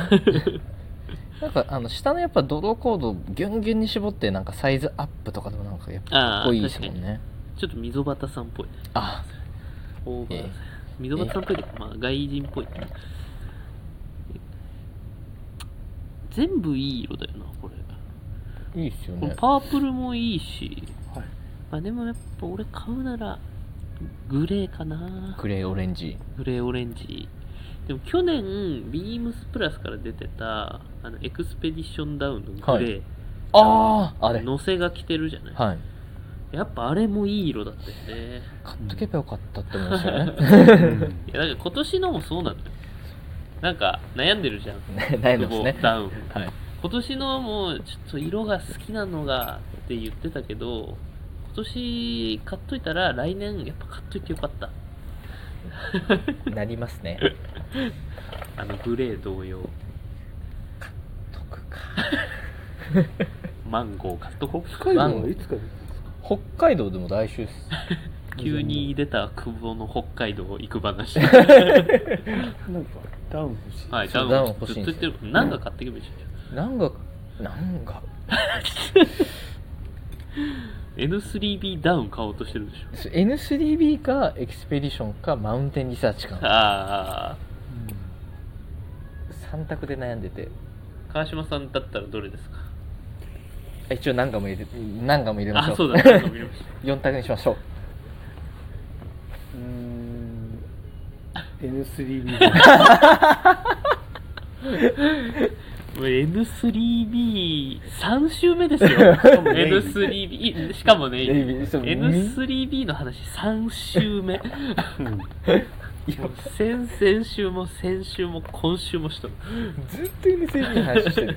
[SPEAKER 2] なんかあの下のやっぱドローコードをギュンギュンに絞ってなんかサイズアップとかでもなんかやっぱか
[SPEAKER 1] あ
[SPEAKER 2] っ
[SPEAKER 1] あ
[SPEAKER 2] こいいですもんね
[SPEAKER 1] ちょっと溝端さんっぽい
[SPEAKER 2] あ
[SPEAKER 1] オーバーサイズ
[SPEAKER 2] え
[SPEAKER 1] 溝端さんっぽいというかまあ外人っぽい全部いい色だよなこれ
[SPEAKER 2] いいですよ
[SPEAKER 1] この
[SPEAKER 2] ね
[SPEAKER 1] パープルもいいし、
[SPEAKER 3] はい
[SPEAKER 1] まあ、でもやっぱ俺買うならグレーかな
[SPEAKER 2] グレーオレンジ
[SPEAKER 1] グレーオレンジでも去年ビームスプラスから出てたあのエクスペディションダウンのグレー、
[SPEAKER 2] あああれ
[SPEAKER 1] のせが着てるじゃない、
[SPEAKER 2] はい
[SPEAKER 1] やっぱあれもいい色だったよね
[SPEAKER 2] 買っとけばよかったって思いますよね
[SPEAKER 1] いやなんか今年のもそうなのよなんか悩んでるじゃん
[SPEAKER 2] [LAUGHS] 悩んでま
[SPEAKER 1] 久
[SPEAKER 2] す
[SPEAKER 1] 保
[SPEAKER 2] ね
[SPEAKER 1] ダウン
[SPEAKER 2] はい
[SPEAKER 1] 今年のもうちょっと色が好きなのがって言ってたけど今年買っといたら来年やっぱ買っといてよかった
[SPEAKER 2] なりますね
[SPEAKER 1] あのグレー同様
[SPEAKER 2] 得か
[SPEAKER 1] マンゴー買っとこう
[SPEAKER 3] 北海道はいつから
[SPEAKER 2] 北海道でも来週っす
[SPEAKER 1] 急に出た久保の北海道行く
[SPEAKER 2] [LAUGHS]
[SPEAKER 1] 話
[SPEAKER 3] なんかダウン欲しい、
[SPEAKER 1] はい
[SPEAKER 2] そ
[SPEAKER 1] 多
[SPEAKER 2] う
[SPEAKER 1] 分
[SPEAKER 2] ダウン欲
[SPEAKER 1] ずっ
[SPEAKER 2] しいん
[SPEAKER 1] と言
[SPEAKER 2] で
[SPEAKER 1] っ
[SPEAKER 2] す
[SPEAKER 1] て
[SPEAKER 2] よ
[SPEAKER 1] るなんか買ってけばいいじ
[SPEAKER 2] なんかなんか
[SPEAKER 1] ゃん N3B ダウン買おうとしてるでしょ
[SPEAKER 2] N3B かエクスペディションかマウンテンリサーチか
[SPEAKER 1] ああ
[SPEAKER 2] 3択で悩んでて
[SPEAKER 1] 川島さんだったらどれですか
[SPEAKER 2] あ一応何かも入れ何かも入れましょう
[SPEAKER 1] あそうだね
[SPEAKER 2] [LAUGHS]
[SPEAKER 1] わかりまし
[SPEAKER 2] 4択にしましょう
[SPEAKER 3] うん
[SPEAKER 1] [LAUGHS]
[SPEAKER 3] N3B
[SPEAKER 2] [LAUGHS]
[SPEAKER 1] N3B3 週目ですよ
[SPEAKER 3] かもね
[SPEAKER 1] N3B しかもね
[SPEAKER 2] AB そう
[SPEAKER 1] N3B の話3週目
[SPEAKER 3] うん
[SPEAKER 1] 先々週も先週も今週もしとる
[SPEAKER 2] ずっと NSB の話してる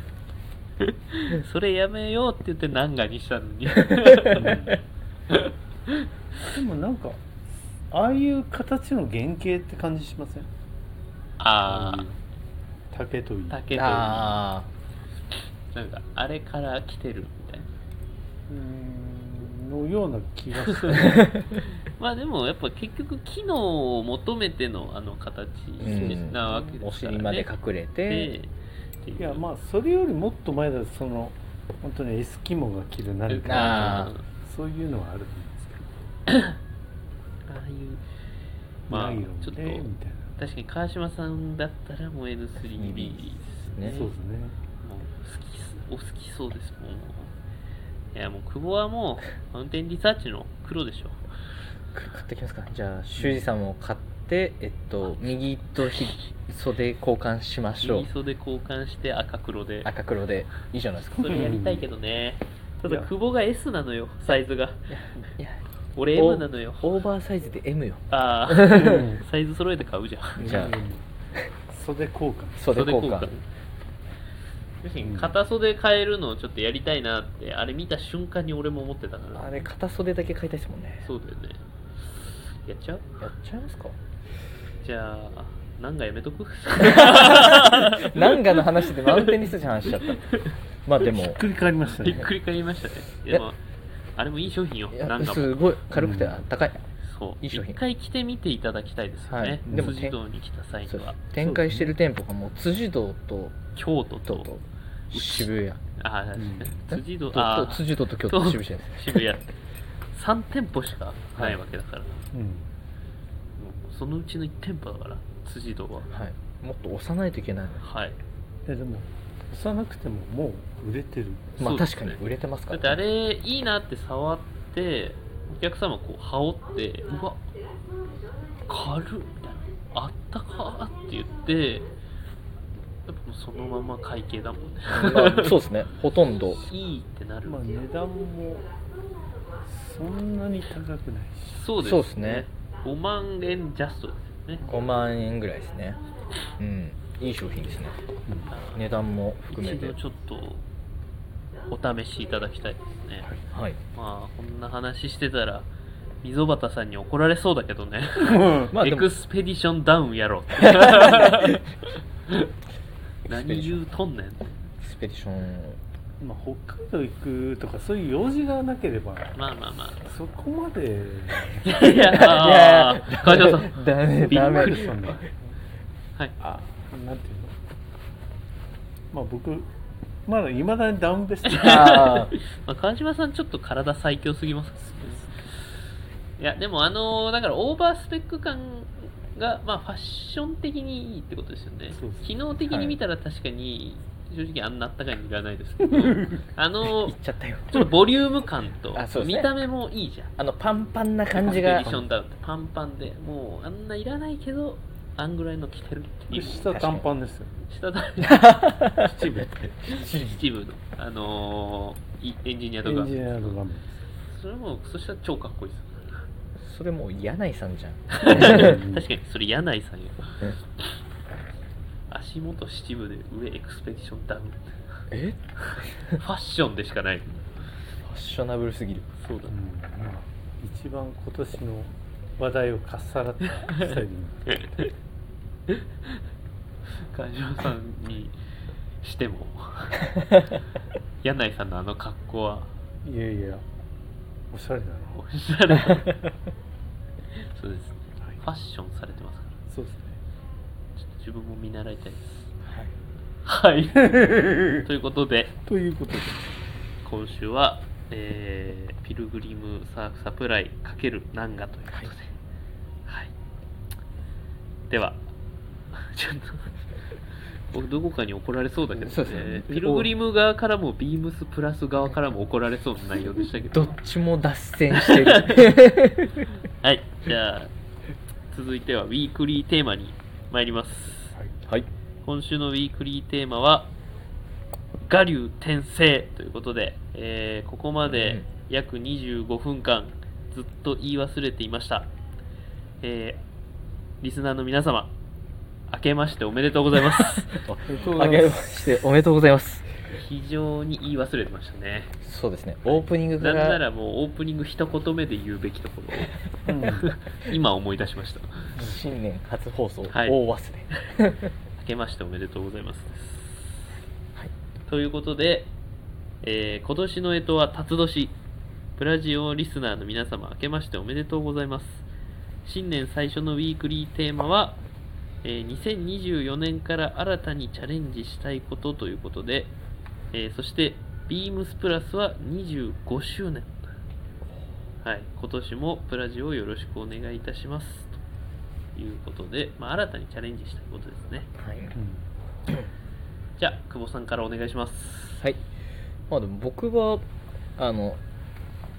[SPEAKER 1] それやめようって言って何がにしたのに
[SPEAKER 3] でもなんかああいう形の原型って感じしません
[SPEAKER 1] あ
[SPEAKER 3] ああ竹といい
[SPEAKER 1] あだけどな
[SPEAKER 2] あ
[SPEAKER 1] んかあれから来てるみたいな
[SPEAKER 3] うーんのような気がする
[SPEAKER 2] [LAUGHS]
[SPEAKER 1] まあでもやっぱ結局機能を求めてのあの形
[SPEAKER 2] うん
[SPEAKER 1] なわけ
[SPEAKER 2] あお
[SPEAKER 1] ですからね、
[SPEAKER 2] 尻まで隠れて
[SPEAKER 1] でってう
[SPEAKER 3] いやまあそれよりもっと前だとその本当にエスキモが着る何か
[SPEAKER 2] あー
[SPEAKER 3] そういうのはあると思うんですけど
[SPEAKER 1] ああいうまあ
[SPEAKER 3] ナイロン
[SPEAKER 1] ちょっと
[SPEAKER 3] でみたいな
[SPEAKER 1] 確かに川島さんだったらもう N3B ですね
[SPEAKER 2] ね
[SPEAKER 3] そうですね
[SPEAKER 1] もう好きお好きそうですもういやもう久保はもうマウンテンリサーチの黒でしょ
[SPEAKER 2] 買ってきますかじゃあ修二さんも買ってえっと右とひ袖交換しましょう
[SPEAKER 1] 右袖交換して赤黒で
[SPEAKER 2] 赤黒でいいじゃないですか
[SPEAKER 1] それやりたいけどねただ
[SPEAKER 3] いや
[SPEAKER 1] 久保が S なのよサイズが
[SPEAKER 2] いや
[SPEAKER 1] 俺
[SPEAKER 2] お
[SPEAKER 1] M なのよ
[SPEAKER 2] オーバーサイズで M よ
[SPEAKER 1] ああ
[SPEAKER 3] ん
[SPEAKER 1] サイズ揃えて買うじゃん
[SPEAKER 2] じゃあ
[SPEAKER 3] うん袖交換
[SPEAKER 2] 袖交換
[SPEAKER 1] 確かに片袖変えるのをちょっとやりたいなってあれ見た瞬間に俺も思ってたから
[SPEAKER 2] あれ片袖だけ買いたいですもんね
[SPEAKER 1] そうだよねやっちゃう
[SPEAKER 2] やっちゃいますか
[SPEAKER 1] じゃあ何がやめと
[SPEAKER 2] [LAUGHS]
[SPEAKER 1] く
[SPEAKER 2] なんかの話でマウンテンリストの話しちゃったまあでも
[SPEAKER 3] ひっくり返りました
[SPEAKER 1] びっ
[SPEAKER 3] ね
[SPEAKER 1] くり返りましたねでもあれもいい商品よ
[SPEAKER 2] い
[SPEAKER 1] な
[SPEAKER 2] や
[SPEAKER 1] んか
[SPEAKER 2] す
[SPEAKER 1] も
[SPEAKER 2] ごい軽くてあったかい、
[SPEAKER 1] そう
[SPEAKER 2] いい商品
[SPEAKER 1] 一回着てみていただきたいですよ
[SPEAKER 2] はい
[SPEAKER 1] ね、
[SPEAKER 3] でも
[SPEAKER 1] 辻堂に来た際
[SPEAKER 2] そ
[SPEAKER 1] に
[SPEAKER 2] う
[SPEAKER 1] は
[SPEAKER 2] 展開してる店舗がもう辻堂と
[SPEAKER 1] 京都
[SPEAKER 2] 京
[SPEAKER 1] と
[SPEAKER 2] 都渋谷
[SPEAKER 1] ああ、
[SPEAKER 3] うん
[SPEAKER 1] 辻堂
[SPEAKER 2] と
[SPEAKER 1] あ
[SPEAKER 2] と
[SPEAKER 1] あ
[SPEAKER 2] 辻堂と京都渋谷です
[SPEAKER 1] 渋谷3店舗しかないわけだから、
[SPEAKER 3] うん
[SPEAKER 1] もうそのうちの1店舗だから辻堂は
[SPEAKER 2] はいもっと押さないといけないのに
[SPEAKER 1] はい
[SPEAKER 3] ででも幼くてももう売れてる
[SPEAKER 2] まあ
[SPEAKER 1] そうで
[SPEAKER 2] 確
[SPEAKER 1] す
[SPEAKER 2] か
[SPEAKER 1] ね
[SPEAKER 2] に売れてますか
[SPEAKER 1] だ
[SPEAKER 2] ら、
[SPEAKER 1] ってあれいいなって触ってお客様こう羽織ってうわ軽っみたいなあったかーって言ってやっぱもうそのまま会計だもんね
[SPEAKER 2] まあそうですねほとんど
[SPEAKER 1] いいってなる、
[SPEAKER 3] まあ値段もそんなに高くないし
[SPEAKER 1] そうです
[SPEAKER 2] そ
[SPEAKER 1] ね
[SPEAKER 2] うですね
[SPEAKER 1] 5万円ジャストですよね
[SPEAKER 2] 5万円ぐらいですねうんいい商品ですね値段も含め
[SPEAKER 1] 一
[SPEAKER 2] て
[SPEAKER 1] 度ちょっとお試しいただきたいですね、
[SPEAKER 2] はい
[SPEAKER 1] まあこんな話してたら溝端さんに怒られそうだけどね
[SPEAKER 2] まあ
[SPEAKER 1] エ
[SPEAKER 2] でも
[SPEAKER 1] クスペディションダウンや
[SPEAKER 2] [LAUGHS]
[SPEAKER 1] ろ何言うとんねん
[SPEAKER 2] スペディション
[SPEAKER 3] まあ、北海道行くとかそういう用事がなければ
[SPEAKER 1] まあまあま
[SPEAKER 3] そこまで
[SPEAKER 1] あいやあー川島さん
[SPEAKER 2] ダメダメ
[SPEAKER 3] びっくりしたんだ
[SPEAKER 1] はい
[SPEAKER 3] あなんていうのまあ僕まだいまだにダウンベスト
[SPEAKER 2] あー
[SPEAKER 1] まあ、川島さんちょっと体最強すぎますいやでもあのーだからオーバースペック感がまあファッション的にいいってことですよね
[SPEAKER 3] そうです
[SPEAKER 1] 機能的に見たら確かに正直あんなあったかいのいらないですけどあの
[SPEAKER 2] 言
[SPEAKER 1] ー
[SPEAKER 2] っちゃったよ
[SPEAKER 1] ちょっとボリューム感と
[SPEAKER 2] あそうですね
[SPEAKER 1] 見た目もいいじゃん
[SPEAKER 2] あのパンパンな感じ
[SPEAKER 1] コン
[SPEAKER 2] が
[SPEAKER 1] ペティションダウンってパンパンでもうあんないらないけどあんぐらいの着てるっていう
[SPEAKER 3] 下短パンですよ
[SPEAKER 1] 下だ
[SPEAKER 3] 秩父
[SPEAKER 1] 秩父のあのーいエンジニアと
[SPEAKER 3] エ
[SPEAKER 1] か
[SPEAKER 3] ンジニアの画面で
[SPEAKER 1] それもそしたら超かっこいいですよ
[SPEAKER 2] それもう柳井さんじゃん
[SPEAKER 1] 確かにそれ柳井さんよ
[SPEAKER 2] え
[SPEAKER 1] 足元七分で上エクスペディションダウン
[SPEAKER 2] え
[SPEAKER 1] ファッションでしかない
[SPEAKER 2] ファッショナブルすぎる
[SPEAKER 1] そうだ
[SPEAKER 3] す、うんまあ、一番今年の話題をかっさらったスタイリング
[SPEAKER 1] 会場さんにして
[SPEAKER 3] [LAUGHS]
[SPEAKER 1] も柳井さんのあの格好はい
[SPEAKER 3] やいやおしゃれだな、
[SPEAKER 1] おしゃれ [LAUGHS] そうですね
[SPEAKER 3] はい
[SPEAKER 1] ファッションされてますから
[SPEAKER 3] そうですね
[SPEAKER 1] ちょっと自分も見習いたいです
[SPEAKER 3] はい
[SPEAKER 1] はい [LAUGHS] ということで
[SPEAKER 3] ということで
[SPEAKER 1] 今週は、えーピルグリムササプライ×ナンガということで、はいでは [LAUGHS] ちょっと僕どこかに怒られそうだけど、
[SPEAKER 2] そうですね
[SPEAKER 1] ピルグリム側からもビームスプラス側からも怒られそうな内容でしたけ
[SPEAKER 2] ど
[SPEAKER 1] ど
[SPEAKER 2] っちも脱線してる
[SPEAKER 1] はいじゃあ続いてはウィークリーテーマに参ります
[SPEAKER 3] はい
[SPEAKER 2] [LAUGHS] はい
[SPEAKER 1] 今週のウィークリーテーマは我流転生ということで、えーここまで約25分間ずっと言い忘れていました、えーリスナーの皆様明けましておめでとうございます
[SPEAKER 3] [LAUGHS]
[SPEAKER 2] あげましておめでとうございます
[SPEAKER 1] 非常に言い忘れてましたね
[SPEAKER 2] そうですねオープニング
[SPEAKER 1] な
[SPEAKER 2] か
[SPEAKER 1] んな
[SPEAKER 2] ら
[SPEAKER 1] らもうオープニング一言目で言うべきところを
[SPEAKER 3] うん
[SPEAKER 1] 今思い出しました
[SPEAKER 2] 新年初放送
[SPEAKER 1] はい
[SPEAKER 2] 大忘れ
[SPEAKER 1] 明けましておめでとうございますです
[SPEAKER 2] はい
[SPEAKER 1] ということで、えー今年の干支は辰年ブラジオリスナーの皆様明けましておめでとうございます新年最初のウィークリーテーマは、えー2024年から新たにチャレンジしたいことということで、えーそしてビームスプラスは25周年はい今年もブラジオをよろしくお願いいたしますということで、まあ、新たにチャレンジしたいことですね
[SPEAKER 2] はい、
[SPEAKER 1] じゃあ久保さんからお願いします
[SPEAKER 2] はい、まあでも僕はあの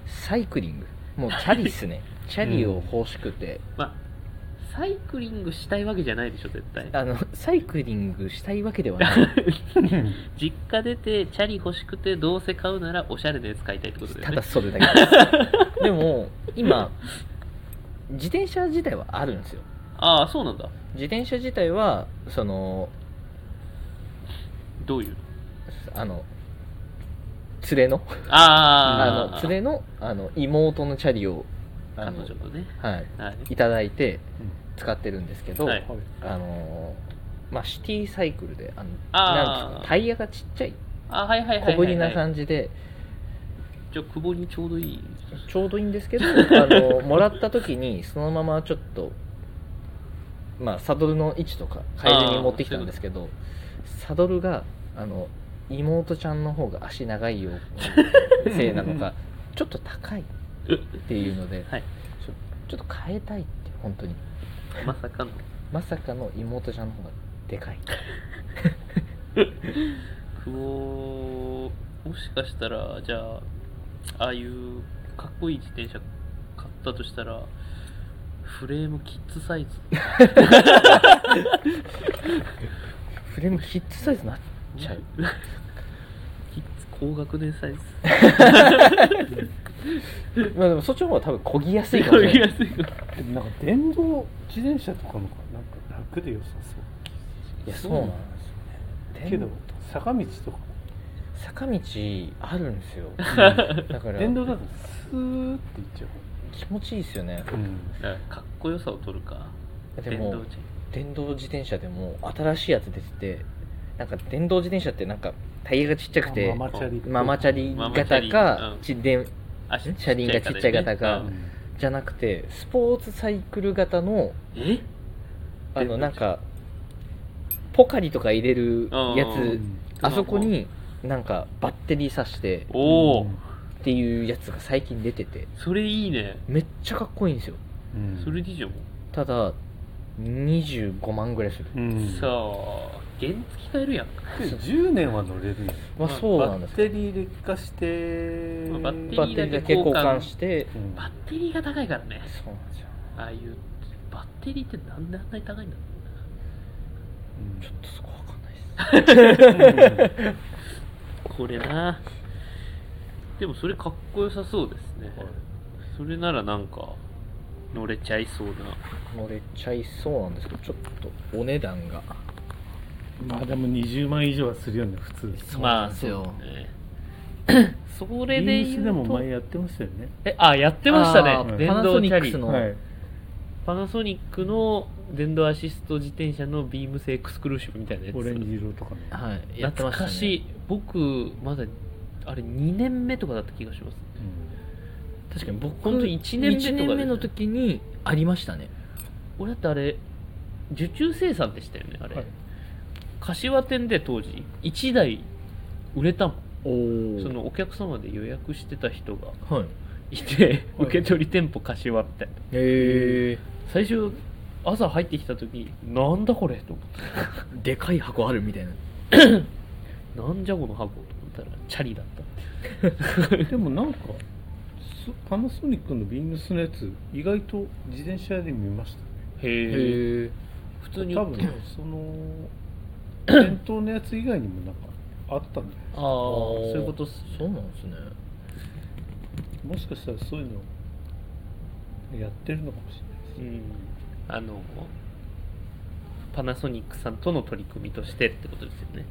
[SPEAKER 2] サイクリングもうチャリっすねチャリを欲しくて、
[SPEAKER 1] まあ、サイクリングしたいわけじゃないでしょ、絶対。
[SPEAKER 2] あのサイクリングしたいわけではない
[SPEAKER 3] うん
[SPEAKER 1] 実家出て、チャリ欲しくて、どうせ買うなら、おしゃれなやつ買いたいってことだよ
[SPEAKER 2] た
[SPEAKER 1] ね。
[SPEAKER 2] だそれだけで
[SPEAKER 1] [LAUGHS]
[SPEAKER 2] すでも今自転車自体はあるんですよ
[SPEAKER 1] ああ、そうなんだ。
[SPEAKER 2] 自転車自体はその
[SPEAKER 1] どういう
[SPEAKER 2] あの連れの
[SPEAKER 1] あ
[SPEAKER 2] あ
[SPEAKER 1] あ、
[SPEAKER 2] の連れのあの妹のチャリをあ
[SPEAKER 1] 彼
[SPEAKER 2] の
[SPEAKER 1] 女、のね。
[SPEAKER 2] はい、
[SPEAKER 1] はい。
[SPEAKER 2] いただいて使ってるんですけど、
[SPEAKER 1] はい
[SPEAKER 3] はい
[SPEAKER 2] あのーまあ、シティサイクルであの
[SPEAKER 1] あー
[SPEAKER 2] なんですかタイヤがちっちゃい
[SPEAKER 1] あはいはいはいはい、は
[SPEAKER 2] 小
[SPEAKER 1] い。
[SPEAKER 2] ぶりな感じで、
[SPEAKER 1] じゃあ、久保にちょうどいい。
[SPEAKER 2] ちょうどいいんですけ
[SPEAKER 1] [LAUGHS]
[SPEAKER 2] ど、あのーもらった時にそのままちょっと、まあ、サドルの位置とか改善に持ってきたんですけどサドルがあの妹ちゃんの方が足長いよ
[SPEAKER 1] [LAUGHS]
[SPEAKER 2] せいなのかちょっと高いっていうので、
[SPEAKER 1] [LAUGHS] はい
[SPEAKER 2] ちょちょっと変えたいって本当に
[SPEAKER 1] まさかの。
[SPEAKER 2] まさかの妹ちゃんの方がでかい
[SPEAKER 1] 久保、もしかしたら、じゃあ、ああいうかっこいい自転車買ったとしたら、フレームキッズサイズ
[SPEAKER 2] フレームヒットサイズになっちゃう
[SPEAKER 1] キッズ高学年サイズ
[SPEAKER 2] まあでもそっちの方が多分こぎやすいかもしれない
[SPEAKER 1] [LAUGHS] 安いか
[SPEAKER 3] でもなんか電動自転車とかの方がなんか楽で良さそう
[SPEAKER 2] いやそうなんで
[SPEAKER 3] けど
[SPEAKER 2] 電
[SPEAKER 3] 坂道とか
[SPEAKER 2] 坂道あるんですよだから
[SPEAKER 3] 電動だとスーっていっちゃ
[SPEAKER 2] 気持ちいいですよね
[SPEAKER 3] う、うん、
[SPEAKER 1] らかっこよさを取るか
[SPEAKER 2] で
[SPEAKER 1] 電
[SPEAKER 2] も
[SPEAKER 1] 動チェーン
[SPEAKER 2] 電動自転車でも新しいやつ出ててなんか電動自転車ってなんかタイヤがちっちゃくて
[SPEAKER 3] ママチャリ
[SPEAKER 2] ママチャリ型か
[SPEAKER 1] ママチ
[SPEAKER 2] ちで
[SPEAKER 1] あちっ
[SPEAKER 2] 車輪がちっちゃい型か
[SPEAKER 1] うん
[SPEAKER 2] じゃなくてスポーツサイクル型の
[SPEAKER 1] え
[SPEAKER 2] あ
[SPEAKER 1] 電動
[SPEAKER 2] のなんかポカリとか入れるや
[SPEAKER 1] うん
[SPEAKER 2] つあそこになんかバッテリー挿して
[SPEAKER 1] おお、
[SPEAKER 2] っていうやつが最近出てて
[SPEAKER 1] それいいね
[SPEAKER 2] めっちゃかっこいいんですよ
[SPEAKER 3] うん
[SPEAKER 1] それでいいじゃん、
[SPEAKER 2] ただ25万ぐらいする
[SPEAKER 3] うん
[SPEAKER 1] さあ原付買えるやん
[SPEAKER 3] で10年は乗れるんや
[SPEAKER 2] まあそうなんです
[SPEAKER 3] バッテリー劣化して
[SPEAKER 1] まあバッテ
[SPEAKER 2] バ
[SPEAKER 1] リ
[SPEAKER 2] ッ
[SPEAKER 1] ー
[SPEAKER 2] テリーだけ交換して
[SPEAKER 3] うん
[SPEAKER 1] バッテリーが高いからね
[SPEAKER 2] そうなんですよ
[SPEAKER 1] ああいうバッテリーってなんであんなに高いんだろうな
[SPEAKER 3] うん
[SPEAKER 2] ちょっとそこわかんないです
[SPEAKER 1] これなでもそれかっこよさそうですね、
[SPEAKER 3] はい
[SPEAKER 1] それならなんか乗れちゃいそうな
[SPEAKER 2] 乗れちゃいそうなんですけどちょっとお値段が
[SPEAKER 3] まあでも20万以上はするよね普通
[SPEAKER 2] そうなんですよ
[SPEAKER 1] まあそうねそれ
[SPEAKER 3] リ
[SPEAKER 1] で
[SPEAKER 3] ー
[SPEAKER 1] 言
[SPEAKER 3] スでも
[SPEAKER 1] うと
[SPEAKER 3] 前やってましたよね
[SPEAKER 1] えあやってました
[SPEAKER 2] あ
[SPEAKER 1] ね
[SPEAKER 2] ー
[SPEAKER 1] 電
[SPEAKER 2] パナソ
[SPEAKER 1] 動
[SPEAKER 2] ニ
[SPEAKER 1] チャ
[SPEAKER 2] ック
[SPEAKER 1] リ
[SPEAKER 2] スの
[SPEAKER 3] はい
[SPEAKER 1] パナソニックの電動アシスト自転車のビームスエクスクルーシブみたいなやつ
[SPEAKER 3] オレンジ色とかね
[SPEAKER 2] はいやって
[SPEAKER 1] 懐
[SPEAKER 2] ました
[SPEAKER 1] かしい、
[SPEAKER 2] ね
[SPEAKER 1] 僕まだあれ2年目とかだった気がします
[SPEAKER 2] 確かに僕
[SPEAKER 1] 本当に一年目とかですね
[SPEAKER 2] 一年目の時にありましたね
[SPEAKER 1] 俺だってあれ受注生産でしたよねあれ、
[SPEAKER 3] はい
[SPEAKER 1] 柏店で当時1台売れたもん
[SPEAKER 2] おお
[SPEAKER 1] そのお客様で予約してた人が
[SPEAKER 2] はい
[SPEAKER 1] いて、
[SPEAKER 3] はい
[SPEAKER 1] 受け取り店舗柏って
[SPEAKER 2] へえ
[SPEAKER 1] 最初朝入ってきた時なんだこれと思って
[SPEAKER 2] でかい箱あるみたいな
[SPEAKER 1] なんじゃこの箱と思ったらチャリだった
[SPEAKER 3] うんでもなんかすパナソニックのビームスのやつ意外と自転車で見ました
[SPEAKER 1] へえ
[SPEAKER 2] へえ
[SPEAKER 1] 普通に
[SPEAKER 3] 多分その店頭のやつ以外にもなんかあったんだよ
[SPEAKER 2] ああ
[SPEAKER 3] そういうことっす
[SPEAKER 2] そうなんですね
[SPEAKER 3] もしかしたらそういうのやってるのかもし
[SPEAKER 1] う
[SPEAKER 3] れないですね、
[SPEAKER 1] ん、あのパナソニックさんとの取り組みとしてってことですよね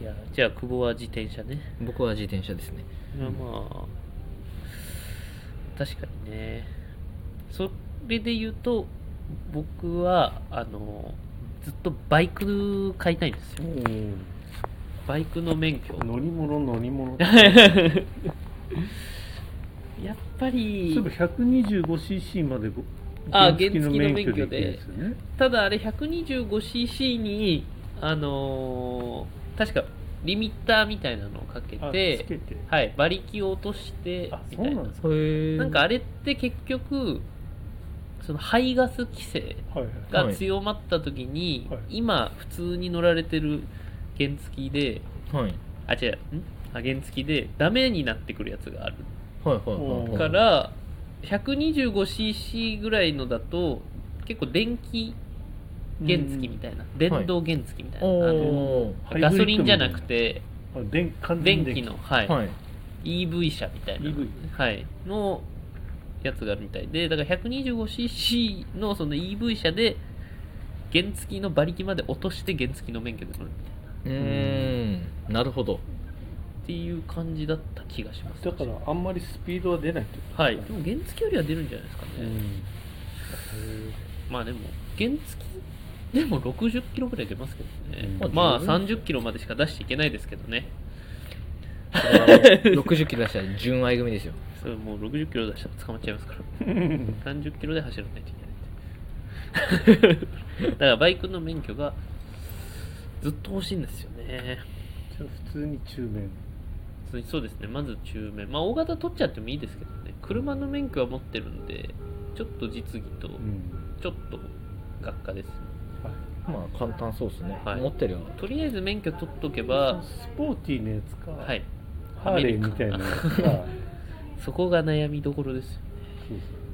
[SPEAKER 1] いやじゃあ久保は自転車ね
[SPEAKER 2] 僕は自転車ですね
[SPEAKER 1] まあまあ確かにねそれで言うと僕はあのずっとバイク買いたいんですよバイクの免許
[SPEAKER 3] 乗り物乗
[SPEAKER 1] [LAUGHS]
[SPEAKER 3] り物
[SPEAKER 1] やっぱり
[SPEAKER 3] そういえば 125cc までご
[SPEAKER 1] あ
[SPEAKER 3] 原付の
[SPEAKER 1] 原付の
[SPEAKER 3] 免許
[SPEAKER 1] 免許
[SPEAKER 3] で
[SPEAKER 1] で
[SPEAKER 3] いいんですよね
[SPEAKER 1] ただあれ 125cc にあのー確かリミッターみたいなのをかけ
[SPEAKER 3] あつ
[SPEAKER 1] て
[SPEAKER 3] けて
[SPEAKER 1] はい馬力を落として
[SPEAKER 3] あ
[SPEAKER 1] み
[SPEAKER 3] そ
[SPEAKER 1] た
[SPEAKER 3] う
[SPEAKER 1] い
[SPEAKER 3] な
[SPEAKER 1] なん
[SPEAKER 3] ですか
[SPEAKER 2] へえ
[SPEAKER 1] なんかあれって結局その排ガス規制
[SPEAKER 3] はいはい
[SPEAKER 1] が強まった時に、
[SPEAKER 3] はいはい
[SPEAKER 1] 今普通に乗られてる原付で
[SPEAKER 2] はい
[SPEAKER 1] あ違うんあ原付でダメになってくるやつがある
[SPEAKER 2] はいはいはい
[SPEAKER 3] おー
[SPEAKER 1] か
[SPEAKER 2] は
[SPEAKER 1] ら 125cc ぐらいのだと結構電気原付みたいな、電動原付みたい
[SPEAKER 2] い
[SPEAKER 1] な、あの
[SPEAKER 2] お
[SPEAKER 3] ハイブリッドみたいな
[SPEAKER 1] ガソリンじゃなくて
[SPEAKER 3] あ電完全
[SPEAKER 1] 電
[SPEAKER 3] に
[SPEAKER 1] 気の、はい
[SPEAKER 2] ーはい
[SPEAKER 1] EV 車みたいな、
[SPEAKER 3] EV
[SPEAKER 1] はい、のやつがあるみたいでだから 125cc のその EV 車で原付の馬力まで落として原付の免許で乗るみたいなっ
[SPEAKER 2] うーんなるほ [LAUGHS] ど
[SPEAKER 1] ていう感じだった気がします
[SPEAKER 3] だからあんまりスピードは出ないってこと
[SPEAKER 1] はい、
[SPEAKER 3] で
[SPEAKER 1] です
[SPEAKER 3] ね
[SPEAKER 1] も原付よりは出るんじゃないですかね、
[SPEAKER 3] うん
[SPEAKER 1] まあでも原付でも60キロぐらい出ますけどね、
[SPEAKER 3] うん
[SPEAKER 1] まあ
[SPEAKER 2] 十分
[SPEAKER 1] 30キロまでしか出していけないですけどね
[SPEAKER 2] 60キロ出したら純愛組ですよ
[SPEAKER 1] それもう60キロ出したら捕まっちゃいますから30キロで [LAUGHS] 走らないといけないって [LAUGHS] だからバイクの免許がずっと欲しいんですよね
[SPEAKER 3] じゃあ普通に中面
[SPEAKER 1] 普通にそうですねまず中面まあ大型取っちゃってもいいですけどね車の免許は持ってるんでちょっと実技と
[SPEAKER 3] うん
[SPEAKER 1] ちょっと学科ですね
[SPEAKER 2] [LAUGHS] まあ簡単そうですね、
[SPEAKER 1] はい
[SPEAKER 2] 持ってるよ
[SPEAKER 1] とりあえず免許取っとけば
[SPEAKER 3] スポーティーなやつか、
[SPEAKER 1] はい
[SPEAKER 3] ハーレーみたいなやつかそう
[SPEAKER 1] そこが悩みどころですよ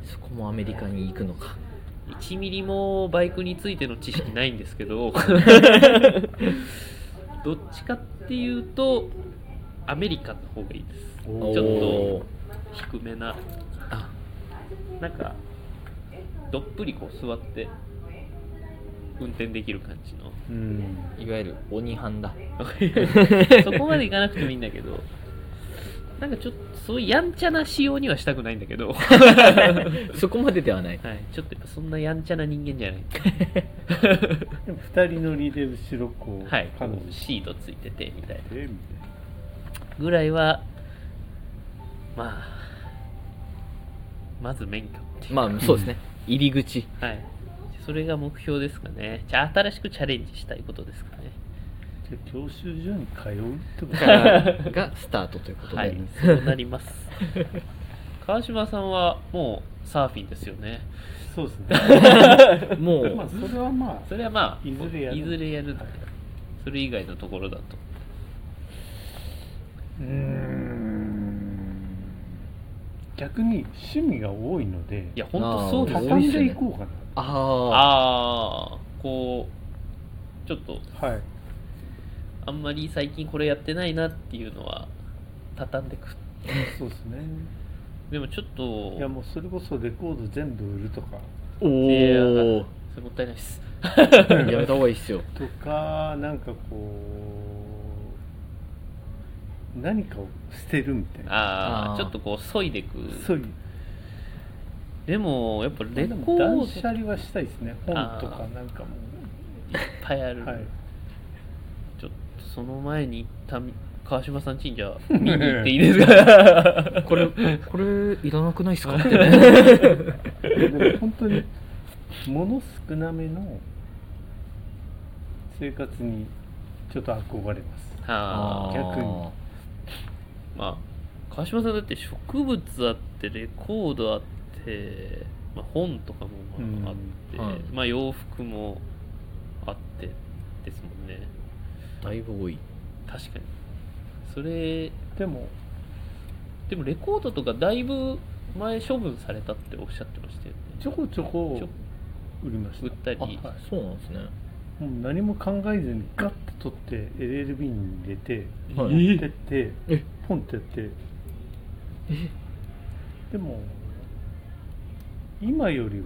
[SPEAKER 2] そこもアメリカに行くのか
[SPEAKER 1] 1ミリもバイクについての知識ないんですけ [LAUGHS] どどっちかっていうとアメリカの方がいいです
[SPEAKER 3] そう
[SPEAKER 1] おーちょっ低めな
[SPEAKER 2] あ
[SPEAKER 1] なんかどっぷりこう座って運転できる感じ [LAUGHS] の
[SPEAKER 3] うん
[SPEAKER 2] いわゆる鬼班だ
[SPEAKER 1] そこまでいかなくてもいいんだけどなんかちょっとそういうやんちゃな仕様にはしたくないんだけ [LAUGHS] ど、はい、
[SPEAKER 2] [LAUGHS] そこまでではない
[SPEAKER 1] ちょっとやっぱそんなやんちゃな人間じゃない
[SPEAKER 3] でも二人乗りで後ろこう、
[SPEAKER 1] はい、
[SPEAKER 3] 彼女
[SPEAKER 1] シートついててみたいな
[SPEAKER 3] えみたいな
[SPEAKER 1] ぐらいはまあまず免許っていう
[SPEAKER 2] まあそうですね入り口
[SPEAKER 1] はいそれが目標ですかねじゃあ新しくチャレンジしたいことですかね
[SPEAKER 3] じゃあ教習所に通うってこと
[SPEAKER 2] [LAUGHS] がスタートということで、
[SPEAKER 1] はいそうなります川島さんはもうサーフィンですよね
[SPEAKER 3] [LAUGHS] そうですね
[SPEAKER 1] [LAUGHS]
[SPEAKER 2] も [LAUGHS]
[SPEAKER 3] まあ
[SPEAKER 2] う
[SPEAKER 3] それはまあ
[SPEAKER 1] それはまあ
[SPEAKER 3] いずれやる
[SPEAKER 1] いずれやるんで
[SPEAKER 3] はい
[SPEAKER 1] それ以外のところだと
[SPEAKER 3] うーん逆に趣味が多いので
[SPEAKER 1] いや本当そうです
[SPEAKER 2] あー
[SPEAKER 1] よ
[SPEAKER 2] 多い
[SPEAKER 3] 畳
[SPEAKER 2] っすね
[SPEAKER 3] んでいこうか
[SPEAKER 2] ああ
[SPEAKER 1] ああこうちょっと
[SPEAKER 3] なはい
[SPEAKER 1] あんまり最近これやってないなっていうのは畳んでく
[SPEAKER 3] そうですね
[SPEAKER 1] でもちょっと
[SPEAKER 3] いやもうそれこそレコード全部売るとか
[SPEAKER 2] おお
[SPEAKER 1] それもったいないです。
[SPEAKER 2] やめた方がいいっすよ
[SPEAKER 3] とかなんかこう何かを捨てるみたいな
[SPEAKER 1] ああ、
[SPEAKER 2] あー
[SPEAKER 1] ちょっとこう、削いでいく。
[SPEAKER 3] そういう
[SPEAKER 1] でも、やっぱレ
[SPEAKER 3] でも
[SPEAKER 1] コードい
[SPEAKER 3] 断
[SPEAKER 1] っ
[SPEAKER 3] 捨離はしたいですね本と
[SPEAKER 1] あ
[SPEAKER 3] か
[SPEAKER 1] ー
[SPEAKER 3] なんかも
[SPEAKER 1] ぱいある。
[SPEAKER 3] うはい
[SPEAKER 1] ちょっとその前に、た川島さんちにじゃあ、見に行っていいです [LAUGHS] か
[SPEAKER 2] これこれいらなくないっすかって [LAUGHS]
[SPEAKER 3] でも本当に物少なめの生活にちょっと憧れます
[SPEAKER 1] はあ
[SPEAKER 3] ー逆に
[SPEAKER 1] まあ、川島さんだって植物あって、レコードあって、まあ、本とかもまああって、
[SPEAKER 2] うんはい
[SPEAKER 1] まあ、洋服もあってですもんね。
[SPEAKER 2] だいぶ多い
[SPEAKER 1] 確かに。それ
[SPEAKER 3] でも
[SPEAKER 1] でもレコードとかだいぶ前処分されたっておっしゃってましたよね
[SPEAKER 3] ちょこちょこ売りまし
[SPEAKER 1] 売ったたり
[SPEAKER 2] あそうなんですね
[SPEAKER 3] もう何も考えずにガッと取って LLB に入れて
[SPEAKER 2] はい
[SPEAKER 3] 持ってって、
[SPEAKER 2] え
[SPEAKER 3] ポンってやって
[SPEAKER 2] え
[SPEAKER 3] でも今よりは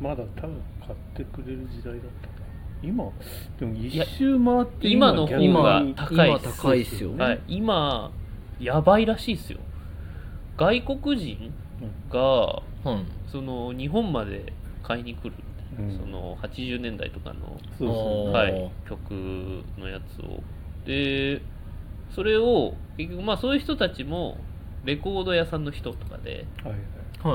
[SPEAKER 3] まだ多分買ってくれる時代だったかな今でも一周回って
[SPEAKER 1] 今の方が
[SPEAKER 3] 逆に
[SPEAKER 1] 高いっ
[SPEAKER 2] 今
[SPEAKER 1] す
[SPEAKER 2] 高いっすよ、
[SPEAKER 1] はい、今やばいらしいですよ外国人が
[SPEAKER 2] うん
[SPEAKER 1] その日本まで買いに来る、
[SPEAKER 3] うん
[SPEAKER 1] その80年代とかの、
[SPEAKER 3] そうそう
[SPEAKER 2] おー
[SPEAKER 1] はい、曲のやつをでそれを結局まあそういう人たちもレコード屋さんの人とかで
[SPEAKER 3] はいは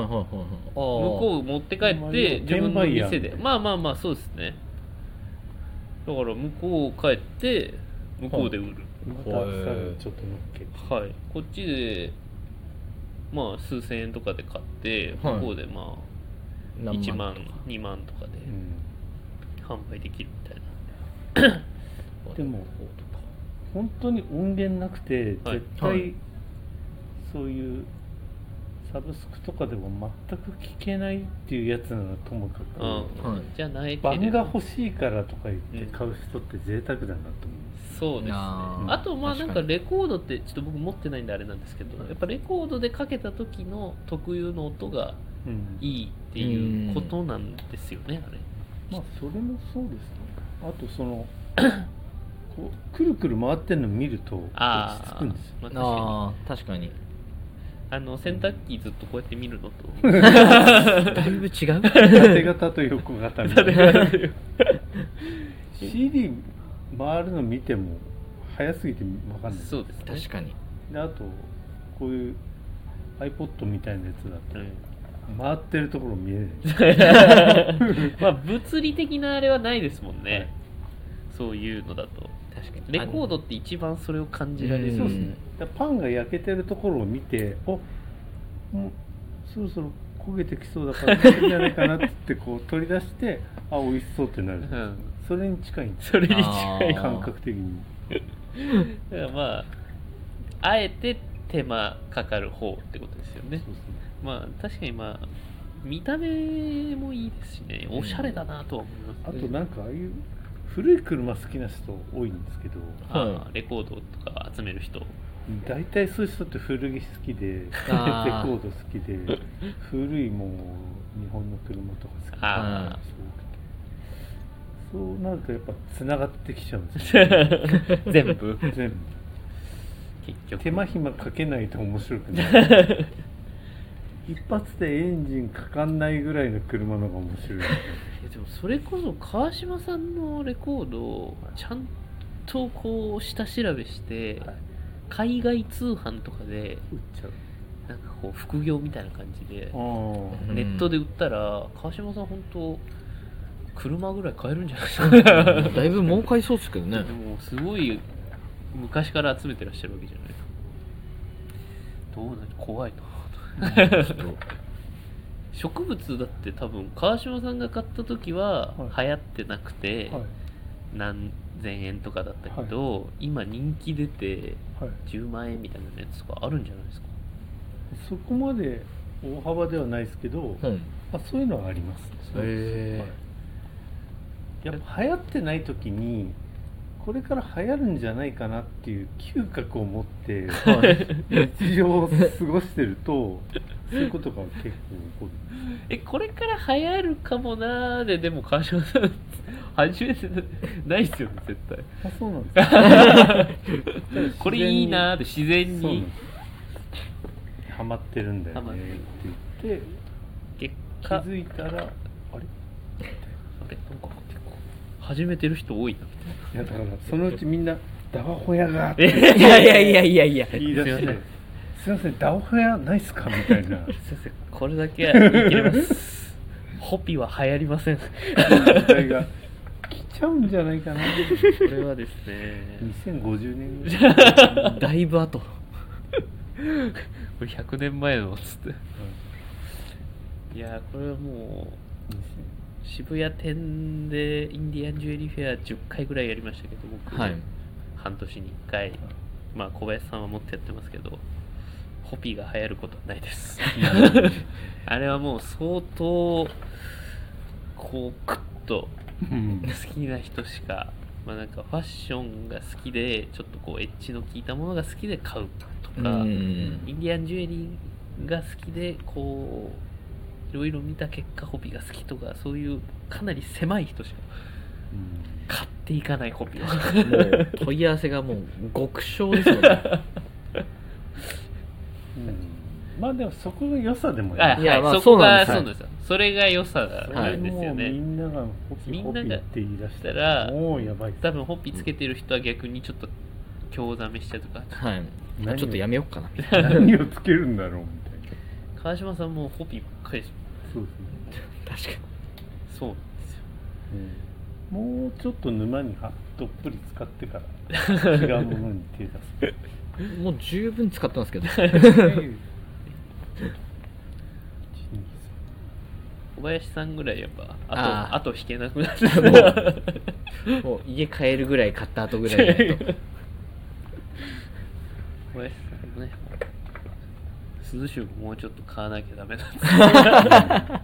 [SPEAKER 2] はいは
[SPEAKER 3] い
[SPEAKER 2] いはいはいあ向
[SPEAKER 1] 向こう持って帰
[SPEAKER 3] ま
[SPEAKER 1] っ
[SPEAKER 3] あ
[SPEAKER 1] て自分の
[SPEAKER 3] 転売屋
[SPEAKER 1] 店でまあまあまあそうですねだから向こう帰って向こうで売る
[SPEAKER 3] またさ
[SPEAKER 2] はい
[SPEAKER 3] らにちょっと乗っけて
[SPEAKER 1] はい、こっちでまあ数千円とかで買って
[SPEAKER 2] はい
[SPEAKER 1] 向こうでまあ
[SPEAKER 2] う
[SPEAKER 1] 1
[SPEAKER 2] と
[SPEAKER 1] 万
[SPEAKER 2] か
[SPEAKER 1] 2万とかで
[SPEAKER 3] うん
[SPEAKER 1] 販売できるみたいな
[SPEAKER 3] でも本当に音源なくて
[SPEAKER 1] はい
[SPEAKER 3] 絶対、
[SPEAKER 2] はい
[SPEAKER 3] そういうサブスクとかでも全く聞けないっていうやつならともかく、
[SPEAKER 1] うん、
[SPEAKER 2] はい
[SPEAKER 1] じゃないけ
[SPEAKER 3] バン
[SPEAKER 1] れ
[SPEAKER 3] が
[SPEAKER 1] ど
[SPEAKER 3] 欲しいからとか言って
[SPEAKER 1] うん
[SPEAKER 3] 買う人って贅沢だなと思うんです
[SPEAKER 1] そうですね
[SPEAKER 2] な
[SPEAKER 3] あ
[SPEAKER 1] あとまあ
[SPEAKER 2] 確
[SPEAKER 1] な
[SPEAKER 2] か
[SPEAKER 1] ん
[SPEAKER 2] に
[SPEAKER 1] かレコードってちょっと僕持ってないんであれなんですけどやっぱレコードでかけた時の特有の音が
[SPEAKER 3] うん
[SPEAKER 1] いいっていうことなんですよねあれ
[SPEAKER 3] まあそれもそうですねあとその [CLEARS THROAT] こうくるくる回ってるの見ると落ち
[SPEAKER 1] あ
[SPEAKER 3] 着
[SPEAKER 1] あ
[SPEAKER 3] くんですよ
[SPEAKER 1] まあ確か
[SPEAKER 2] ああ確かに
[SPEAKER 1] にあの洗濯機ずっとこうやって見るのと
[SPEAKER 2] だいぶ
[SPEAKER 1] [LAUGHS]
[SPEAKER 2] 違う
[SPEAKER 3] 縦型と横型みたいな [LAUGHS] CD 回るの見ても早すぎて分かんない
[SPEAKER 1] そうですね
[SPEAKER 2] 確かに
[SPEAKER 3] であとこういう iPod みたいなやつだと、
[SPEAKER 1] うん
[SPEAKER 3] 回ってるところ見えない
[SPEAKER 1] [LAUGHS] まあ物理的なあれはないですもんね、そういうのだと
[SPEAKER 2] 確かに
[SPEAKER 1] レコードって一番それを感じられる
[SPEAKER 2] うん
[SPEAKER 3] そうですねだからパンが焼けてるところを見ておもうそろそろ焦げてきそうだから食べるんじゃないかなってってこう取り出してあ美味しそうってなる、
[SPEAKER 1] うん
[SPEAKER 3] それに近いんです
[SPEAKER 1] それに近い
[SPEAKER 2] あー
[SPEAKER 3] 感覚的に
[SPEAKER 1] だから [LAUGHS] まああえて手間かかる方ってことですよね
[SPEAKER 3] そうですね
[SPEAKER 1] まあ確かにまあ見た目もいいですしねおしゃれだなとは思います、ね
[SPEAKER 3] あとなんかああいう古い車好きな人多いんですけど
[SPEAKER 1] あーレコードとか集める人
[SPEAKER 3] 大体そういう人って古着好きでレコ
[SPEAKER 2] あー
[SPEAKER 3] ード好きで古いもう日本の車とか好きで
[SPEAKER 1] あ
[SPEAKER 3] すごくてそうなるとやっぱつながってきちゃうんですよね
[SPEAKER 1] ー全部
[SPEAKER 3] 全部
[SPEAKER 1] 結局
[SPEAKER 3] 手間暇かけないと面白くない一発でエンジンかかんないぐらいの車の方が面白い
[SPEAKER 1] えでもそれこそ川島さんのレコードをちゃんとこう下調べして、
[SPEAKER 3] はい
[SPEAKER 1] 海外通販とかで
[SPEAKER 3] 売っちゃう
[SPEAKER 1] なんかこう副業みたいな感じで
[SPEAKER 3] あ、ー
[SPEAKER 1] ネットで売ったら川島さん本当車ぐらい買えるんじゃないですか
[SPEAKER 2] だいぶ儲かりそうですけどね
[SPEAKER 1] でもすごい昔から集めてらっしゃるわけじゃないどうな怖いな
[SPEAKER 2] ちょっと
[SPEAKER 1] 植物だって多分川島さんが買った時は
[SPEAKER 3] は
[SPEAKER 1] 流行ってなくて、
[SPEAKER 3] はい
[SPEAKER 1] 何千円とかだったけど、今人気出て
[SPEAKER 3] はい
[SPEAKER 1] 10万円みたいなやつとかあるんじゃないですか
[SPEAKER 3] そこまで大幅ではないですけど、
[SPEAKER 2] うん
[SPEAKER 3] まあ、そういうのはあります
[SPEAKER 2] へえ
[SPEAKER 3] やっぱ流行ってない時にこれから流行るんじゃないかなっていう嗅覚を持って日常を過ごしてるとそういうことが結構起こる
[SPEAKER 1] えこれから流行るかもなーででも川島さん初めてなないですよね絶
[SPEAKER 3] あそうなんですか [LAUGHS]
[SPEAKER 1] 対これいいなーで自然
[SPEAKER 3] そうなん
[SPEAKER 1] に
[SPEAKER 3] ですハマってるんだよ
[SPEAKER 1] ハマって
[SPEAKER 3] ね
[SPEAKER 1] る
[SPEAKER 3] って言って
[SPEAKER 1] 結
[SPEAKER 3] 気
[SPEAKER 1] 果
[SPEAKER 3] づいたらあれ
[SPEAKER 1] あれなんか結構始めてる人多いなみ
[SPEAKER 3] いやだからそのうちみんなダワホヤが
[SPEAKER 1] たいな
[SPEAKER 2] いやいやいやいやい
[SPEAKER 1] [LAUGHS]
[SPEAKER 2] や
[SPEAKER 3] 言い出してすいませんダワホヤないっすかみたいな
[SPEAKER 1] 先生これだけは言い切れます
[SPEAKER 2] [LAUGHS]
[SPEAKER 1] ホピは流行りませんこ
[SPEAKER 3] 時代が来ちゃうんじゃないかな
[SPEAKER 1] れはですね
[SPEAKER 3] 2050年ぐらいうん
[SPEAKER 2] だいぶ後
[SPEAKER 1] これ100年前のっつっていやーこれはもう渋谷店でインディアンジュエリーフェア10回ぐらいやりましたけど僕、
[SPEAKER 2] はい
[SPEAKER 1] 半年に1回まあ小林さんはもっとやってますけどホピーが流行ることはないです [LAUGHS] あれはもう相当こうクッと
[SPEAKER 3] うん
[SPEAKER 1] 好きな人しか、まあ、なんかファッションが好きでちょっとこうエッジの効いたものが好きで買うとか、インディアンジュエリーが好きでこういろいろ見た結果ホビが好きとかそういうかなり狭い人しか買っていかないホビを
[SPEAKER 2] もう問い合わせがもう極小ですよね
[SPEAKER 3] まあでもそこが良さでも
[SPEAKER 1] あ
[SPEAKER 2] いやまあ
[SPEAKER 1] そこが
[SPEAKER 2] そ
[SPEAKER 1] そううな
[SPEAKER 2] な
[SPEAKER 1] んん
[SPEAKER 2] で
[SPEAKER 1] ですよそれが良さ
[SPEAKER 3] そ
[SPEAKER 1] な
[SPEAKER 3] れ
[SPEAKER 1] んです
[SPEAKER 3] も
[SPEAKER 1] よ
[SPEAKER 3] う
[SPEAKER 1] ね、
[SPEAKER 3] みんながホピホピって言い出した
[SPEAKER 1] みんなが
[SPEAKER 3] らもうやばいっす
[SPEAKER 1] 多分ホッピーつけてる人は逆にちょっと興ざめしちゃうとか
[SPEAKER 2] はい
[SPEAKER 3] 何を
[SPEAKER 2] ちょっとやめようかなみたい
[SPEAKER 3] 何をつけるんだろうみたいな
[SPEAKER 1] 川島さんもホッピーばっかりでし
[SPEAKER 3] そうで
[SPEAKER 2] な
[SPEAKER 3] す
[SPEAKER 2] 確かに
[SPEAKER 1] ょそうな
[SPEAKER 3] ね、もうちょっと沼にはどっぷり使ってから違うものに手出す
[SPEAKER 2] もう十分使ったんですけど
[SPEAKER 1] 小林さんぐらいやっぱあ
[SPEAKER 2] あー
[SPEAKER 1] とあと引けなくなっちゃ
[SPEAKER 2] も
[SPEAKER 1] う
[SPEAKER 2] うもう家帰るぐらい買った後ぐらいじゃない
[SPEAKER 1] [LAUGHS]
[SPEAKER 2] と
[SPEAKER 1] 小林さんもね涼しゅうもうちょっと買わなきゃダメなんで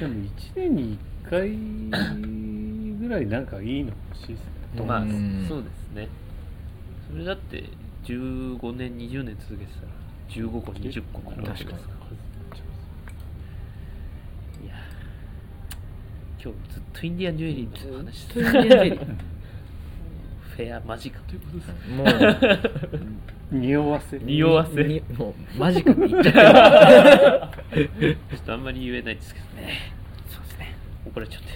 [SPEAKER 3] でも1年に1回ぐらいなんかいいの欲しいですね
[SPEAKER 1] すまあ
[SPEAKER 2] うん
[SPEAKER 1] そうですねそれだって15年20年続けてたら15個20個になるわけですからいや今日ずっとインディアンジュエリーの話して
[SPEAKER 2] そう
[SPEAKER 1] た
[SPEAKER 2] いうレベル
[SPEAKER 1] フェア間近ということです
[SPEAKER 2] もう
[SPEAKER 3] 匂わせ
[SPEAKER 1] 匂わせ
[SPEAKER 2] にもうマジかって言っちゃった
[SPEAKER 1] ちょっとあんまり言えないですけどねそうですね怒られちゃって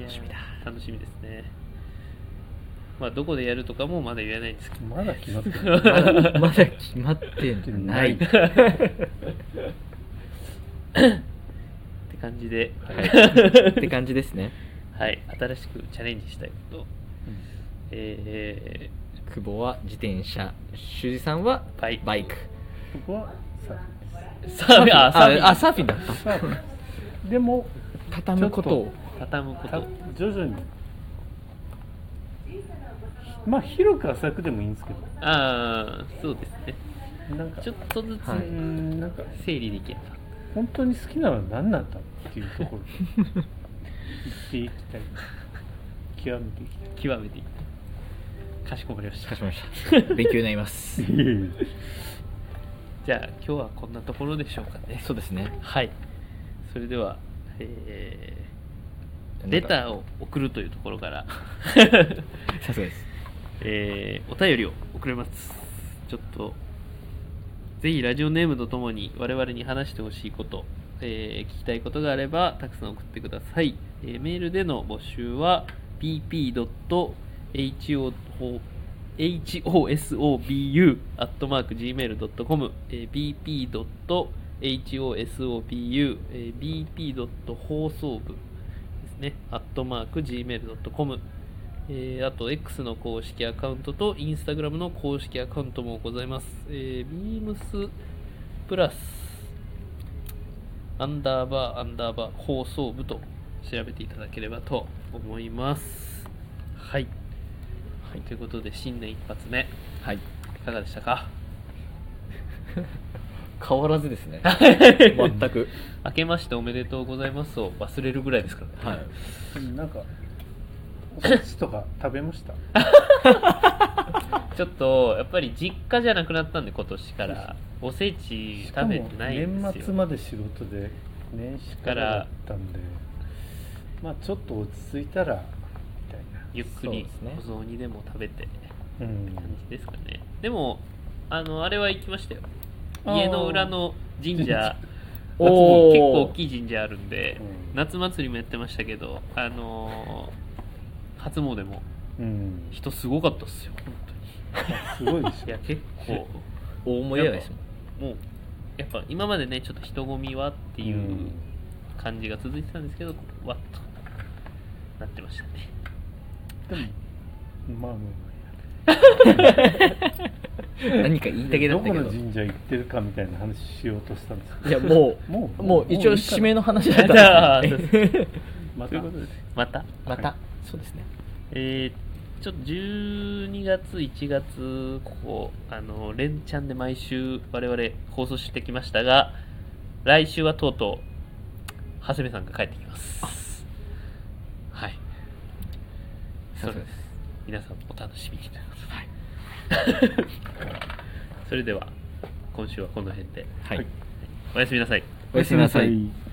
[SPEAKER 2] うん楽しみだ
[SPEAKER 1] いやー楽しみですねまあどこでやるとかもまだ言えないんですけど
[SPEAKER 3] まだ決まってない
[SPEAKER 2] まだまだ決まってない
[SPEAKER 1] って感じでは
[SPEAKER 2] って感じですね
[SPEAKER 1] い、新しくチャレンジしたいことえ
[SPEAKER 2] 久保は自転車修二さんは
[SPEAKER 1] バイク
[SPEAKER 2] バイク
[SPEAKER 3] そこはさ
[SPEAKER 1] ー、サーフィンあサーフィン
[SPEAKER 2] あサーフィンだった
[SPEAKER 3] さでも
[SPEAKER 2] 畳むことを
[SPEAKER 1] 畳むこ
[SPEAKER 3] た
[SPEAKER 1] と
[SPEAKER 3] 徐々にまあ広く浅くでもいいんですけど
[SPEAKER 1] ああそうですね
[SPEAKER 3] なんか
[SPEAKER 1] ちょっとずつ
[SPEAKER 2] はいう
[SPEAKER 3] ーんなんか
[SPEAKER 1] 整理できれば、
[SPEAKER 3] 本当に好きなのは何なんだっていうところ言っていきたい極めていきたい
[SPEAKER 1] 極めていきたいかしこまりました
[SPEAKER 2] かしこまりました勉強になります
[SPEAKER 1] じゃあ今日はこんなところでしょうかね
[SPEAKER 2] そうですね
[SPEAKER 1] はいそれでは、えーレターを送るというところから、
[SPEAKER 2] さすがです
[SPEAKER 1] えーお便りを送れますちょっとぜひラジオネームとともに我々に話してほしいこと、えー聞きたいことがあればたくさん送ってください、えーメールでの募集は bp.ho hosobu.gmail.com、えー bp.hosobu、えー bp. 放送部ですね、gmail.com、えーあと X の公式アカウントと Instagram の公式アカウントもございます。えー、beams プラスアンダーバーアンダーバー放送部と調べていただければと思います。はい。はい、ということで新年一発目い
[SPEAKER 2] はい
[SPEAKER 1] かがでしたか [LAUGHS]
[SPEAKER 2] 変わらずですね全く
[SPEAKER 1] 明けましておめでとうございますを忘れるぐらいですからね。
[SPEAKER 2] はい
[SPEAKER 3] なんかお菓子とか食べました
[SPEAKER 1] ちょっとやっぱり実家じゃなくなったんで今年からおせち
[SPEAKER 3] しか
[SPEAKER 1] 食
[SPEAKER 3] も
[SPEAKER 1] べてないんで
[SPEAKER 3] 年
[SPEAKER 1] すよ
[SPEAKER 3] 末まで仕事で年始からだったんでまあちょっと落ち着いたらみたいな
[SPEAKER 1] ゆっく
[SPEAKER 2] そう
[SPEAKER 1] り
[SPEAKER 2] ですね
[SPEAKER 1] お雑煮でも食べて
[SPEAKER 3] うん
[SPEAKER 1] 感じですかねでもあのあれは行きましたよ
[SPEAKER 3] あー
[SPEAKER 1] 家の裏の神社夏
[SPEAKER 2] お
[SPEAKER 1] も
[SPEAKER 2] ー
[SPEAKER 1] 結構大きい神社あるんで
[SPEAKER 3] うん
[SPEAKER 1] 夏祭りもやってましたけどあのー初詣も
[SPEAKER 3] うん
[SPEAKER 1] 人すごかったっすよ本当に
[SPEAKER 3] すごいでし
[SPEAKER 1] いや結構
[SPEAKER 2] 大思いやですもん
[SPEAKER 1] [LAUGHS] もうやっぱ今までねちょっと人混みはって
[SPEAKER 3] ょ
[SPEAKER 1] いう、
[SPEAKER 3] ん
[SPEAKER 1] 感じが続いてたんですけどわっとなってましたね
[SPEAKER 3] でもまあまあま
[SPEAKER 2] 何か言い
[SPEAKER 3] あ
[SPEAKER 2] たげだ
[SPEAKER 3] ど
[SPEAKER 2] った
[SPEAKER 3] こ
[SPEAKER 2] け
[SPEAKER 3] の
[SPEAKER 2] ど
[SPEAKER 3] 神社行ってるかみたいな話しようとしたんですけ
[SPEAKER 2] いやも
[SPEAKER 3] ども
[SPEAKER 2] うもう一応締め
[SPEAKER 3] の
[SPEAKER 2] の話だったん
[SPEAKER 1] や
[SPEAKER 2] ですね [LAUGHS]
[SPEAKER 3] ま
[SPEAKER 1] と
[SPEAKER 3] た
[SPEAKER 1] いうことでまた
[SPEAKER 2] またそうですね
[SPEAKER 1] えーちょっと12月1月ここあの連チャンで毎週我々放送してきましたが来週はとうとう長谷部さんが帰ってきますはいそ
[SPEAKER 2] そううで
[SPEAKER 1] です
[SPEAKER 2] す
[SPEAKER 1] 皆さんお楽しみにということで [LAUGHS] それでは今週はこの辺で
[SPEAKER 2] はい
[SPEAKER 3] はい
[SPEAKER 1] おやすみなさい
[SPEAKER 2] おやすみなさい